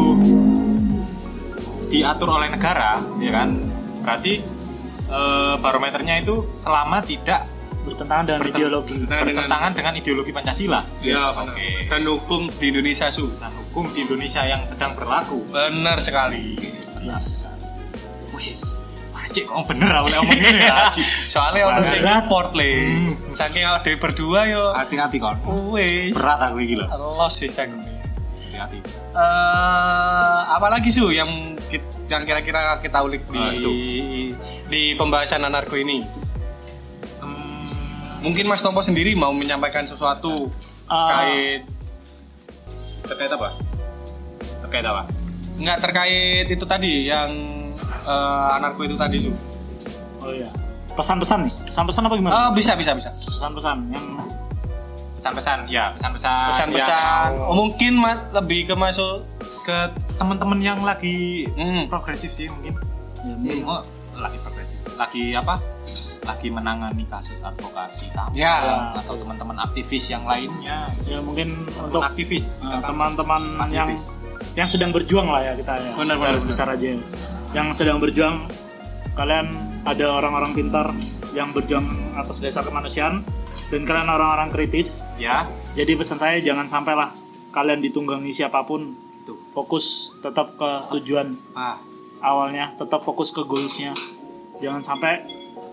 diatur oleh negara ya kan berarti eh, barometernya itu selama tidak
bertentangan dengan
berten-
ideologi
Bertentangan dengan-
bertentangan dengan ideologi Pancasila
Iya,
Yes.
benar.
Oke.
dan hukum di Indonesia su
dan hukum di Indonesia yang sedang berlaku
benar sekali.
Yes.
Wajib kok bener aku lek ngomong ngene ya. Haji.
Soalnya orang
Berat.
saya support le,
Hmm.
saking awake dhewe berdua yo.
Hati-hati kon.
Wes.
Berat aku iki lho.
Allah sih canggung.
Hati-hati.
Eh, apalagi su yang ki- yang kira-kira kita ulik di
Ah, itu.
di pembahasan anarko ini.
Hmm,
Mungkin Mas Tompo sendiri mau menyampaikan sesuatu
Ah.
terkait
terkait apa? Terkait apa?
nggak terkait itu tadi yang eh, anarko itu tadi su.
oh iya pesan-pesan nih pesan-pesan apa gimana
Nah.
Eh, bisa bisa bisa.
pesan-pesan yang
Pesan-pesan ya, pesan-pesan.
Pesan-pesan.
yang-
Oh, mungkin mas, lebih ke masuk.
ke teman-teman yang lagi
Hmm.
progresif sih mungkin. Ini kok lagi progresif. Lagi apa? Lagi menangani kasus advokasi tamu
Ya.
atau teman-teman aktivis yang lainnya.
ya mungkin
Untuk
untuk
aktivis
eh,
kita kan
teman-teman yang
aktivis.
yang sedang berjuang lah ya kita ya.
Benar, benar,
Garis
benar.
besar aja ya. yang sedang berjuang kalian ada orang-orang pintar yang berjuang atas dasar kemanusiaan dan kalian orang-orang kritis
ya.
jadi pesan saya jangan sampailah kalian ditunggangi siapapun fokus tetap ke tujuan
Ah,
awalnya tetap fokus ke goalsnya jangan sampai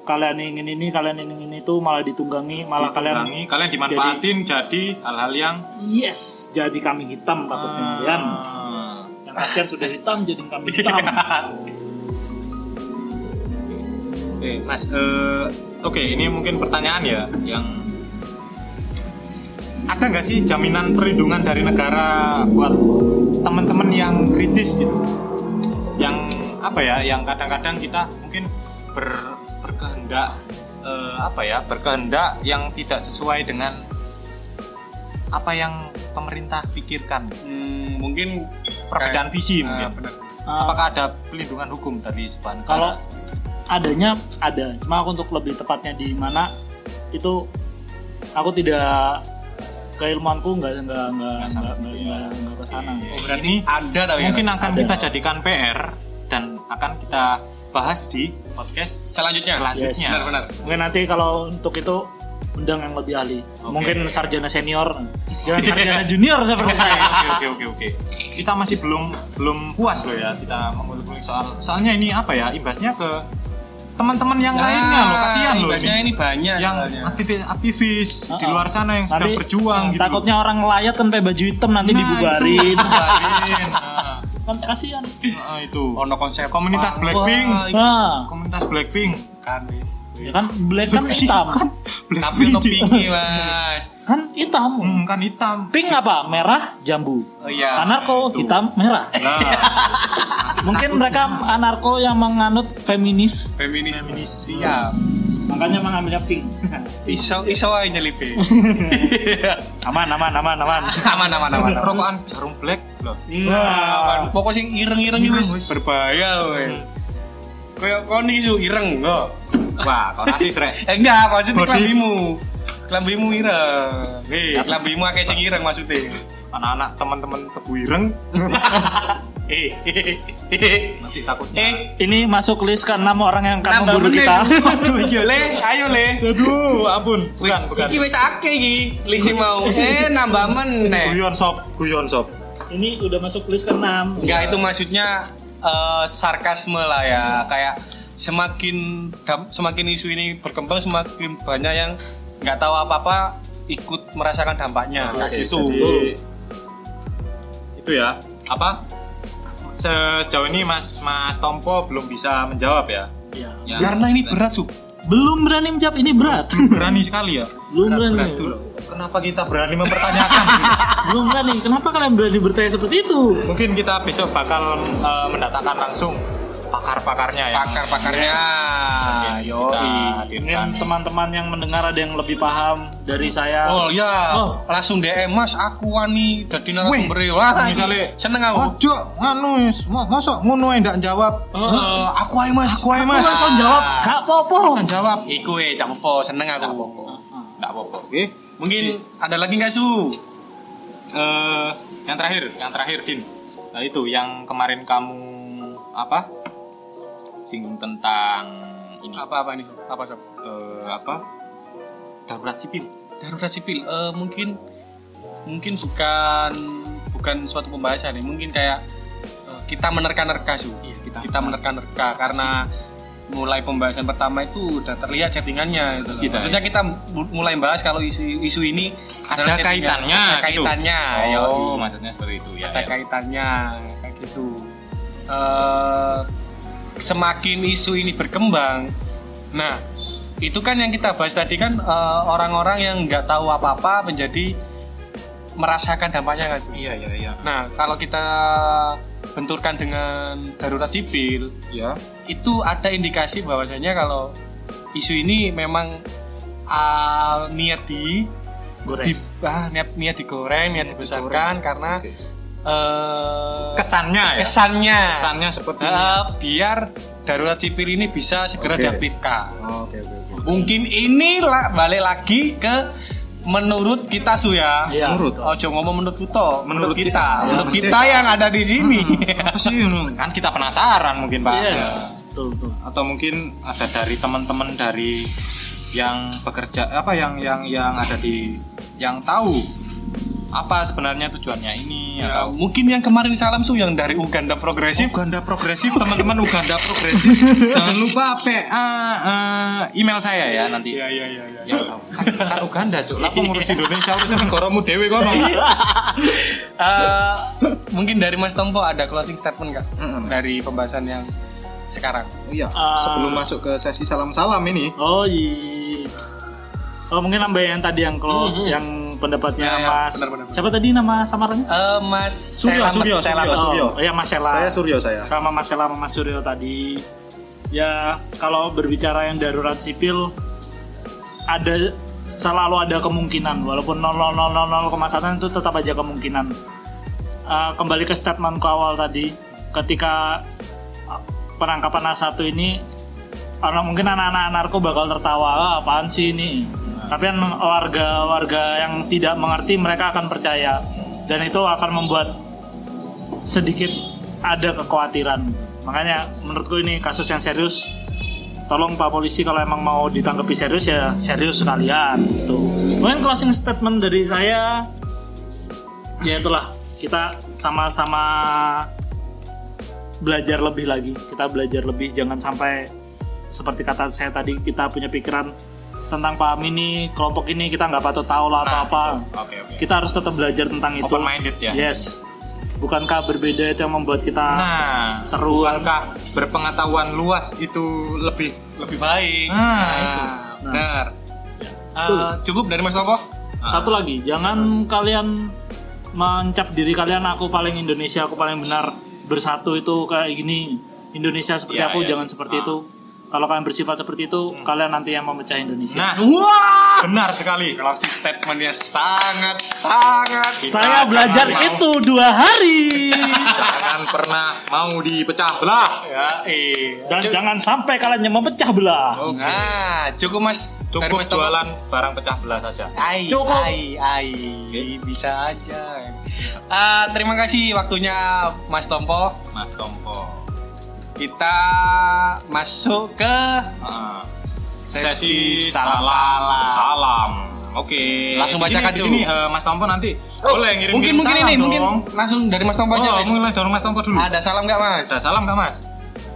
kalian ingin ini kalian ingin ini itu malah ditunggangi malah kalian
ditunggangi, kalian dimanfaatin jadi hal-hal yang
yes jadi kambing hitam takutnya kalian
Ah.
yang kasihan sudah hitam jadi kambing hitam
Oke, Mas. eh, Oke, ini mungkin pertanyaan ya, yang ada nggak sih jaminan perlindungan dari negara buat teman-teman yang kritis gitu? Yang apa ya? Yang kadang-kadang kita mungkin ber- berkehendak eh, apa ya? Berkehendak yang tidak sesuai dengan apa yang pemerintah pikirkan.
Hmm, mungkin
Perbedaan visi
Ah,
mungkin.
benar.
Apakah ada pelindungan hukum dari sebuah negara?
kalau adanya ada cuma aku untuk lebih tepatnya di mana itu aku tidak keilmuanku nggak nggak nggak
Nggak sampai
nggak
situ,
nggak-
ya.
nggak- nggak ke sana
Oke.
Oh, berarti
Ini
ada tapi ya,
mungkin
Mas?
akan
Ada.
kita jadikan PR dan akan kita bahas di podcast
selanjutnya.
selanjutnya.
Yes.
Benar-benar.
mungkin nanti kalau untuk itu undang yang lebih ahli
Oke. Iya.
mungkin sarjana senior jangan sarjana junior seperti saya
Oke oke oke oke. Kita masih belum belum puas loh ya kita mengulik-ulik soal. Soalnya ini apa ya imbasnya ke teman-teman yang
Nah,
lainnya loh kasihan loh
Biasanya
ini.
Nah, ini banyak
Yang
soalnya.
aktivis aktivis di
Uh-uh.
luar sana yang sedang
Nanti,
berjuang
eh,
gitu.
takutnya orang ngelayat sampai baju hitam nanti
Nah,
dibubarin
itu, dibubarin. Nah,
kan kasihan
nah, itu.
Oh,
ono konsep
Komunitas Blackpink.
nah
Komunitas Blackpink.
kan wis.
ya kan black
Iya.
kan hitam
tapi
Blackpink.
ono pinky mas
kan hitam
Hmm, kan hitam.
pink apa merah jambu
oh iya
anarko hitam merah
Nah,
Mungkin mereka anarko yang menganut feminis,
feminis
Feminis.
siap
makanya mengambil pink.
iso iso aja nyelipi
aman, aman, aman, aman.
aman aman aman aman.
rokokan jarum black loh
Nah, pokoknya sing ireng-ireng itu
Ireng,
wis
wis.
berbahaya weh. Kayak kon iki su ireng kok.
wah kau rasis rek
Eh enggak, maksudnya
Body.
klambimu. Klambimu ireng. Eh, klambimu akeh sing ireng maksudnya.
anak-anak teman-teman tebu ireng
Eh, eh, eh,
nanti
eh, eh.
takutnya
Ini masuk list ke enam orang yang akan
Tambah
memburu
menit.
kita.
Aduh, iya. Le, ayo le.
aduh ampun bukan
Wis,
bukan
iki wis akeh iki. Lisi mau. Eh, nambah meneh.
guyon sop guyon sop
Ini udah masuk list ke enam.
Enggak itu maksudnya eh, sarkasme lah ya kayak semakin dam- semakin isu ini berkembang semakin banyak yang nggak tahu apa-apa ikut merasakan dampaknya gitu.
Oke,
itu
jadi, itu ya apa Se- sejauh ini mas mas Tompo belum bisa menjawab ya,
Ya.
Ya.
karena ini berat su
Belum berani menjawab ini berat.
berani sekali ya
Belum berani.
itu loh kenapa kita berani mempertanyakan
Belum berani. Kenapa kalian berani bertanya seperti itu?
mungkin kita besok bakal eh, mendatangkan langsung pakar-pakarnya ya Nah,
pakar-pakarnya yo
kita hadirkan
Mungkin Nah, teman-teman yang mendengar ada yang lebih paham dari saya.
oh ya
Oh.
langsung DM mas aku wani jadi narasumber wah
misalnya-
seneng aku
Oh,
Ojo nganu wis. Mo- mosok ngono ae ndak jawab.
Eh, aku ae mas aku ae
Mas kon jawab, gak apa-apa. Kon jawab.
iku eh tak apa seneng aku
nggak apa-apa
Eh,
Iya.
mungkin ada lagi nggak su
Eh, yang terakhir yang terakhir Din nah itu yang kemarin kamu apa singgung tentang ini
apa apa nih Su? apa sob
eh, apa darurat sipil
darurat sipil eh, mungkin mungkin bukan bukan suatu pembahasan nih mungkin kayak eh, kita menerka-nerka su
Iya, kita-
kita menerka-nerka karena mulai pembahasan pertama itu udah terlihat settingannya gitu loh.
Kita, iya.
maksudnya kita bu- mulai bahas kalau isu isu ini
ada
adalah settingan.
kaitannya
ada
gitu.
kaitannya
oh
yoi.
maksudnya seperti itu ya,
ada
ya.
kaitannya kayak gitu Eh, semakin isu ini berkembang nah itu kan yang kita bahas tadi kan eh, orang-orang yang nggak tahu apa-apa menjadi merasakan dampaknya kan Su?
iya iya iya
nah kalau kita benturkan dengan darurat sipil
ya.
Iya.
itu ada indikasi bahwasanya kalau isu ini memang ah, niat di
Goreng.
di- ah, niat niat digoreng niat dibesarkan karena eh,
kesannya ya
kesannya
kesannya seperti ini
Eh, biar darurat sipil ini bisa segera
Oke.
diaktifkan
Oh,
Oke, oke, oke.
mungkin ini la- balik lagi ke menurut kita su ya
Iya.
Nurut.
ojo ngomong menurut kita
Menurut
kita,
kita. Hmm. Ya,
menurut
mesti.
kita yang ada di sini
apa sih Yunung? kan kita penasaran mungkin pak
iya.
Yes.
Ya.
Betul, betul.
atau mungkin ada dari teman-teman dari yang bekerja apa yang yang yang ada di yang tahu apa sebenarnya tujuannya ini
Ya,
atau
mungkin yang kemarin salam su yang dari Uganda progresif
Uganda progresif teman-teman Uganda progresif jangan lupa PA eh, email saya ya nanti
Iya, iya, iya,
ya
iya.
kan, kan Uganda cuk lah pengurus Indonesia urus negaramu dewe kono
Iya. Eh, mungkin dari Mas Tompo ada closing statement nggak
Mm-mm.
dari pembahasan yang sekarang
Oh
Iya,
Ah.
sebelum masuk ke sesi salam-salam ini,
Oh iya. Oh mungkin nambah yang tadi yang kalau
Mhm.
yang pendapatnya
Ya, ya,
Mas.
benar, benar, benar.
Siapa tadi nama samarannya?
Eh, Mas
Suryo,
Selamat-
Suryo,
Selamat.
Suryo.
Oh, ya Mas Sela.
saya Suryo saya.
sama Mas Sela sama Mas Suryo tadi. Ya kalau berbicara yang darurat sipil ada selalu ada kemungkinan walaupun 0,000,001 itu tetap aja kemungkinan. Eh, kembali ke statementku awal tadi ketika eh, penangkapan A1 ini orang mungkin anak-anak narko bakal tertawa "Ah, apaan sih ini tapi kan warga-warga yang tidak mengerti mereka akan percaya dan itu akan membuat sedikit ada kekhawatiran makanya menurutku ini kasus yang serius tolong pak polisi kalau emang mau ditanggapi serius ya serius sekalian gitu mungkin closing statement dari saya ya itulah kita sama-sama belajar lebih lagi kita belajar lebih jangan sampai seperti kata saya tadi kita punya pikiran tentang paham ini kelompok ini kita nggak patut tahu lah atau
Nah,
apa
oke oke
kita harus tetap belajar tentang itu
open minded
Iya.
ya
yes bukankah berbeda itu yang membuat kita
nah
seru
bukankah berpengetahuan luas itu lebih
lebih baik
Nah, itu.
benar Eh, cukup dari Mas Tompo
satu lagi jangan kalian mencap diri kalian aku paling Indonesia aku paling benar bersatu itu kayak gini Indonesia seperti
Iya,
aku
iya
jangan
sih.
seperti
Ah.
itu kalau kalian bersifat seperti itu kalian nanti yang memecah Indonesia
Nah, benar sekali.
Relasi statementnya sangat sangat
saya belajar
Jangan mau.
itu dua hari
Jangan pernah mau dipecah belah.
ya iya.
dan jangan sampai kalian yang memecah belah
Oke.
Nah, cukup mas.
Cukup
Dari mas Tomo.
jualan barang pecah belah saja.
Ai,
Cukup.
ai, ai, bisa aja. Eh, terima kasih waktunya Mas Tompo.
Mas Tompo.
Kita masuk ke
Ah,
Sesi
salam
salam.
salam. Oke.
Langsung
Di sini,
bacakan, ya?
di
Ju.
sini eh, Mas Tompo nanti boleh ngirim
Oh, mungkin mungkin ini mungkin langsung dari Mas Tompo
Oh,
aja. Mas.
mulai dari Mas Tompo dulu.
Ada salam nggak Mas?
Ada salam nggak Mas?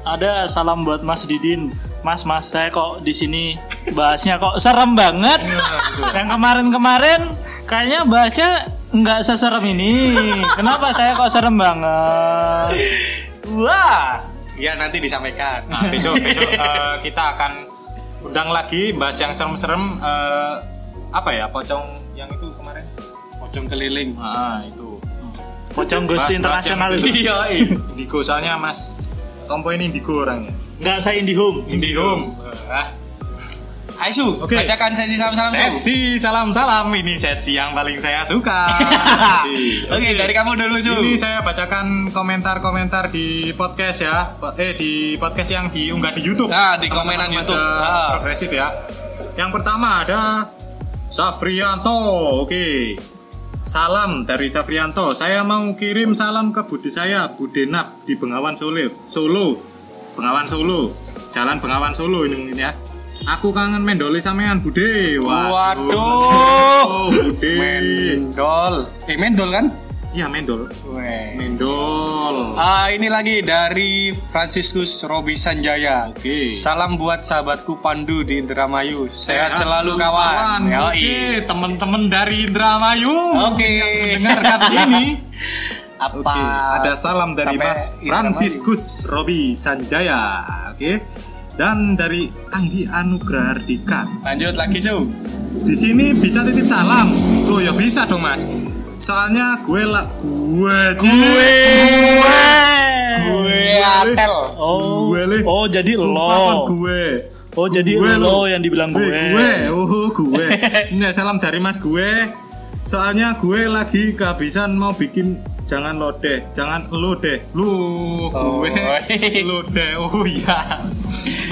ada salam buat Mas Didin Mas Mas saya kok di sini bahasnya kok serem banget
Iya,
yang kemarin-kemarin kayaknya bahasnya nggak seserem ini kenapa saya kok serem banget
Wah, ya nanti disampaikan.
Nah, besok besok eh, kita akan undang lagi bahas yang serem-serem eh, apa ya pocong yang itu kemarin.
Pocong keliling.
Nah, itu.
pocong
Bahas- bahas
ghost
yang
internasional
itu.
itu
Iya, iya.
Indigo soalnya Mas Tompo ini indigo orangnya.
nggak saya indihome
Indigo.
Aisu,
Oke.
bacakan sesi salam-salam. Su.
Sesi salam-salam ini sesi yang paling saya suka.
Oke, dari kamu dulu Su.
Ini saya bacakan komentar-komentar di podcast ya. Eh di podcast yang diunggah di YouTube.
Nah, di komenan
Teman-teman
YouTube.
udah
Ah.
Progresif ya. Yang pertama ada Safrianto. Oke. Salam dari Safrianto. Saya mau kirim salam ke Budi saya, Budenap di Bengawan Solo. Solo. Bengawan Solo. Jalan Bengawan Solo ini mungkin ya. Aku kangen mendoli sampean Bude.
Waduh.
Oh, Bude.
Mendol. Eh, mendol kan?
Iya, mendol.
Weh.
Mendol.
Ah, ini lagi dari Franciscus Robi Sanjaya.
Oke.
Salam buat sahabatku Pandu di Indramayu. Sehat, selalu
selalu,
kawan. Yoi.
Oke, teman-teman dari Indramayu.
Oke.
Mendengarkan ini.
Apa?
Oke, ada salam dari
Sampai
Mas
Indramayu.
Franciscus Robi Sanjaya. Oke. Dan dari Anggi Anugrah Hardika.
Lanjut lagi Su.
Di sini bisa titip salam. Oh ya bisa dong, Mas. Soalnya gue lah gue gue
Gue
gue
atel.
oh
Gue, Le.
oh jadi
Sumpah kan
lo
gue
oh jadi
Gue, lo.
lo yang dibilang gue
gue oh gue Nggak, salam dari mas gue soalnya gue lagi kehabisan mau bikin jangan lo deh jangan lo deh lu
Oh.
gue lo deh oh iya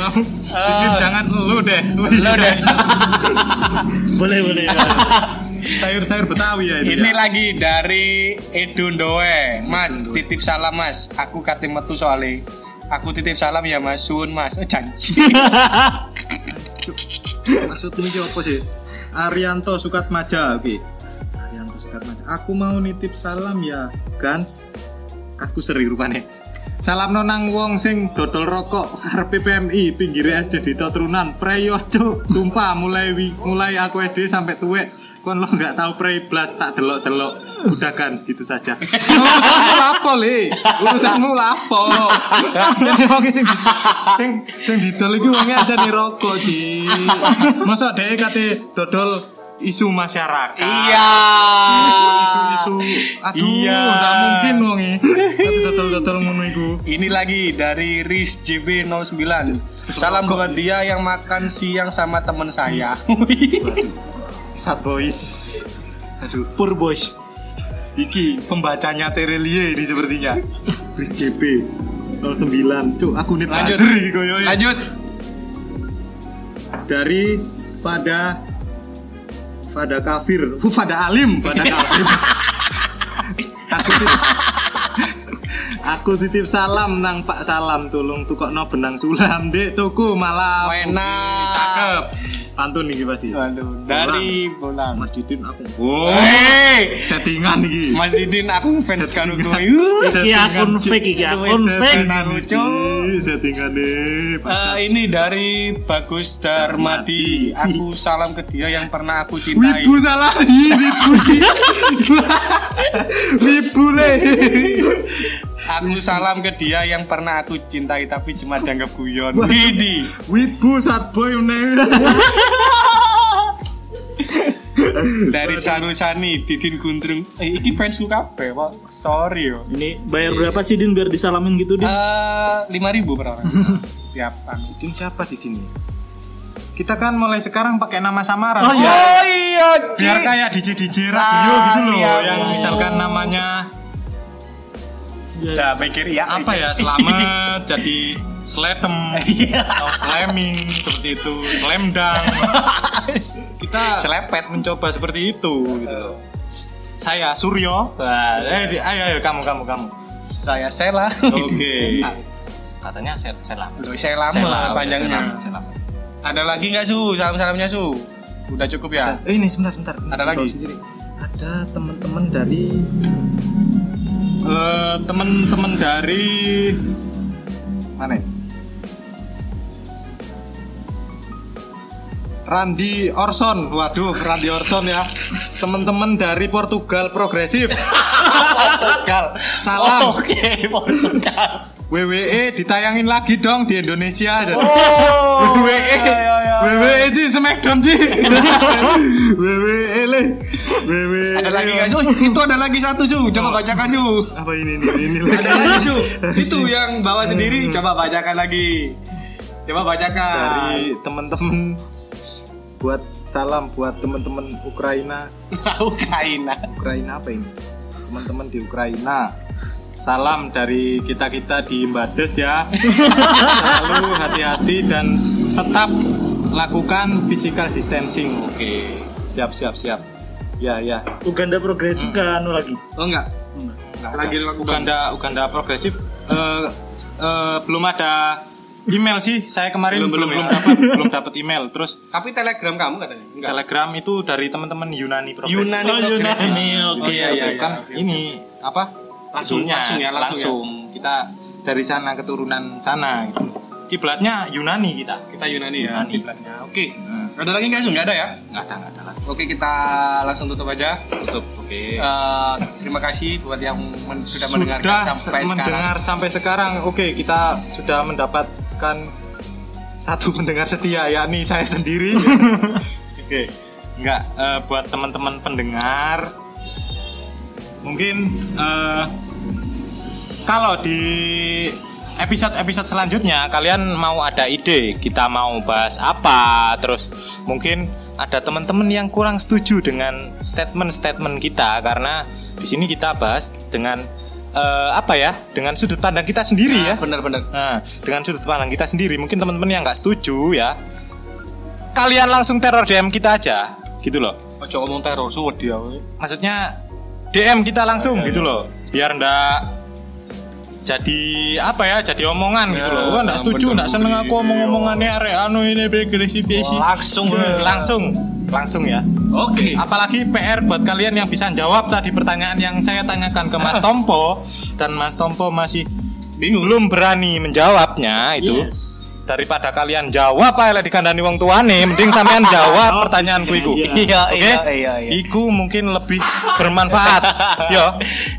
mau bikin
Oh.
jangan lo deh
Lo deh.
boleh boleh ya.
sayur-sayur betawi ya ini
Ini
ya.
lagi dari Edo Ndoe. Mas, titip salam Mas. Aku kate metu soalnya. Aku titip salam ya Mas Sun Mas. Oh, janji.
maksudnya ini apa sih Arianto Sukatmaja oke Arianto Sukatmaja aku mau nitip salam ya Gans kasku seri rupanya Salam nonang wong sing dodol rokok arep PMI pinggir SD Dito Trunan preyo cuk sumpah mulai wi, mulai aku SD sampai tuwek kon lo nggak tahu prei blas tak delok-delok udah kan gitu saja urusanmu lapo le urusanmu lapo jadi wong sing sing sing didol iki wong aja nih rokok ji masa dhek kate dodol isu masyarakat
Iya.
isu-isu aduh
Iya.
nggak mungkin wong e. tapi dodol-dodol ngono iku
Ini lagi dari Riz JB09. Salam
Kok
buat dia yang makan siang sama temen saya.
Sad Boys. Aduh,
pur boys
iki pembacanya Terelie ini sepertinya. Chris JP 09. Cuk, aku nih
Lanjut.
buzzer iki koyo ini.
Lanjut.
Dari pada pada kafir, Fuh, pada alim, pada kafir. aku titip, aku titip salam nang Pak Salam tolong tukokno benang sulam Dek tuku malam.
Enak.
Cakep. Pantun iki pasti.
Waduh, dari Bolang.
Mas Didin aku.
Hei,
Settingan iki.
Mas Didin, aku fans
Settingan.
karo kowe. Uh,
Iki akun fake, iki akun fake.
lucu settingan deh
eh, ini dari Bagus Darmadi. Aku salam ke dia yang pernah aku cintai.
wibu salah Ih, wibu Ji. wibu le
Aku salam ke dia yang pernah aku cintai tapi cuma dianggap guyon.
Waduh.
Widi.
wibu sad boy ne
dari Sarusani Didin Gundrung eh ini fans gue kabeh pak sorry yo Eh,
Ini bayar berapa sih Din biar disalamin gitu Din?
lima ribu per orang tiap anu
Didin siapa Didin ini? Kita kan mulai sekarang pakai nama samaran.
Oh, iya.
iya
Biar kayak DJ DJ radio
Ah,
gitu loh,
iya,
yang
iya.
misalkan namanya
udah mikir
Iya,
ya
apa ya selamat jadi sledem
Iya.
atau slamming seperti itu slamdang kita selepet mencoba seperti itu gitu loh. saya Suryo Nah, eh, di- ayo ayo kamu kamu kamu
Iya. saya Sela
oke
katanya saya saya lama.
Ah, Loh, Sela
Saya lama,
mah panjangnya
saya lama, saya lama.
ada lagi nggak su salam salamnya su udah cukup ya
Nah, eh, ini sebentar sebentar Bawa
Ada lagi?
sendiri. ada teman-teman dari eh, teman-teman dari mana ya? Randy Orson, waduh Randy Orson ya Teman-teman dari Portugal Progresif
Portugal Oh.
Salam
oke Portugal
WWE ditayangin lagi dong di Indonesia E.
oh
WWE WWE E, Ji Smackdown Ji WWE le E. WWE
ada lagi nggak
Iya.
su Oh, itu ada lagi satu su coba bacakan su
apa ini ini ini
ada lagi su itu yang bawa sendiri coba bacakan lagi coba bacakan
dari teman-teman buat salam buat teman-teman Ukraina
Ukraina
Ukraina apa ini teman-teman di Ukraina salam dari kita kita di Mbades ya selalu hati-hati dan tetap lakukan physical distancing oke siap siap siap ya ya
Uganda progresif
Hmm.
kan anu lagi.
oh enggak lagi lakukan
Uganda Uganda progresif eh, s- eh, belum ada email sih saya kemarin belum belum,
Belum, belum ya.
dapat belum dapat email terus
tapi telegram kamu katanya enggak
telegram itu dari teman-teman Yunani progresif
Yunani
Oh, Yunani,
progresif.
oke,
iya, iya, iya,
kan
oke.
ini apa
Langsung,
judulnya,
langsung ya, langsung
kita dari sana keturunan sana gitu. kiblatnya Yunani kita
kita Yunani ya
Yunani.
kiblatnya. Oke.
Hmm.
Ada lagi nggak Su? Nggak ada ya?
nggak ada nggak ada lagi
Oke kita langsung tutup aja.
tutup oke
Eh, terima kasih buat yang men- sudah, mendengarkan sampai sekarang.
mendengar sampai sekarang. Oke, kita sudah mendapatkan satu pendengar setia yakni saya sendiri. Oke. Enggak eh, buat teman-teman pendengar mungkin eh, kalau di episode-episode selanjutnya kalian mau ada ide, kita mau bahas apa, terus mungkin ada teman-teman yang kurang setuju dengan statement-statement kita karena di sini kita bahas dengan eh, apa ya? Dengan sudut pandang kita sendiri ya.
Bener-bener.
Nah, dengan sudut pandang kita sendiri, mungkin teman-teman yang nggak setuju ya, kalian langsung teror DM kita aja, gitu loh.
Ojo ngomong teror Su wedi aku.
Maksudnya DM kita langsung, gitu loh, biar ndak jadi apa ya, jadi omongan gitu loh. Wah, nggak setuju, nggak seneng aku omong-omongannya arek anu ini begini
Langsung.
langsung, langsung ya.
Oke.
Apalagi PR buat kalian yang bisa jawab tadi pertanyaan yang saya tanyakan ke Mas Tompo dan Mas Tompo masih
Bingung.
belum berani menjawabnya itu
Iya.
Yes.
daripada kalian jawab ae lek dikandani wong tuane mending sampean jawab pertanyaanku iku
Iya,
Oke?
iya, iya, iya.
iku mungkin lebih bermanfaat yo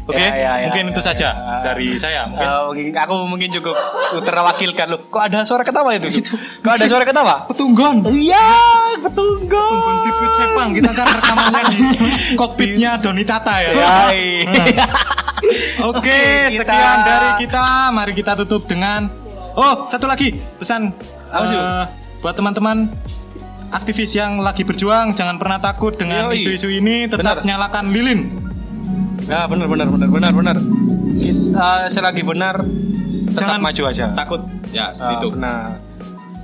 oke
Iya, iya, iya,
mungkin
iya,
itu
iya.
saja dari saya mungkin
Eh, mungkin- aku mungkin cukup terwakilkan loh. Kok ada suara ketawa itu? Su? Kok ada suara ketawa?
petunggon
Iya, ketunggu.
petunggon sirkuit Sepang kita kan rekamannya di kokpitnya Doni Tata ya
Iya,
Iya.
Oke,
kita-
sekian dari kita. Mari kita tutup dengan Oh, satu lagi pesan
Apa, Su?
eh, buat teman-teman aktivis yang lagi berjuang jangan pernah takut dengan
Yoi.
isu-isu ini, tetap
Benar.
nyalakan lilin.
Nah, benar benar benar benar benar. Is- eh, selagi benar tetap
Jangan
maju aja.
Takut.
ya seperti
Ah,
itu
Nah,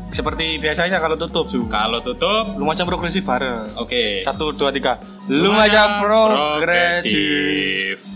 seperti biasanya kalau tutup su.
kalau tutup
Lumajang progresif bareng.
oke
Satu dua tiga. Lumajang progresif.
progresif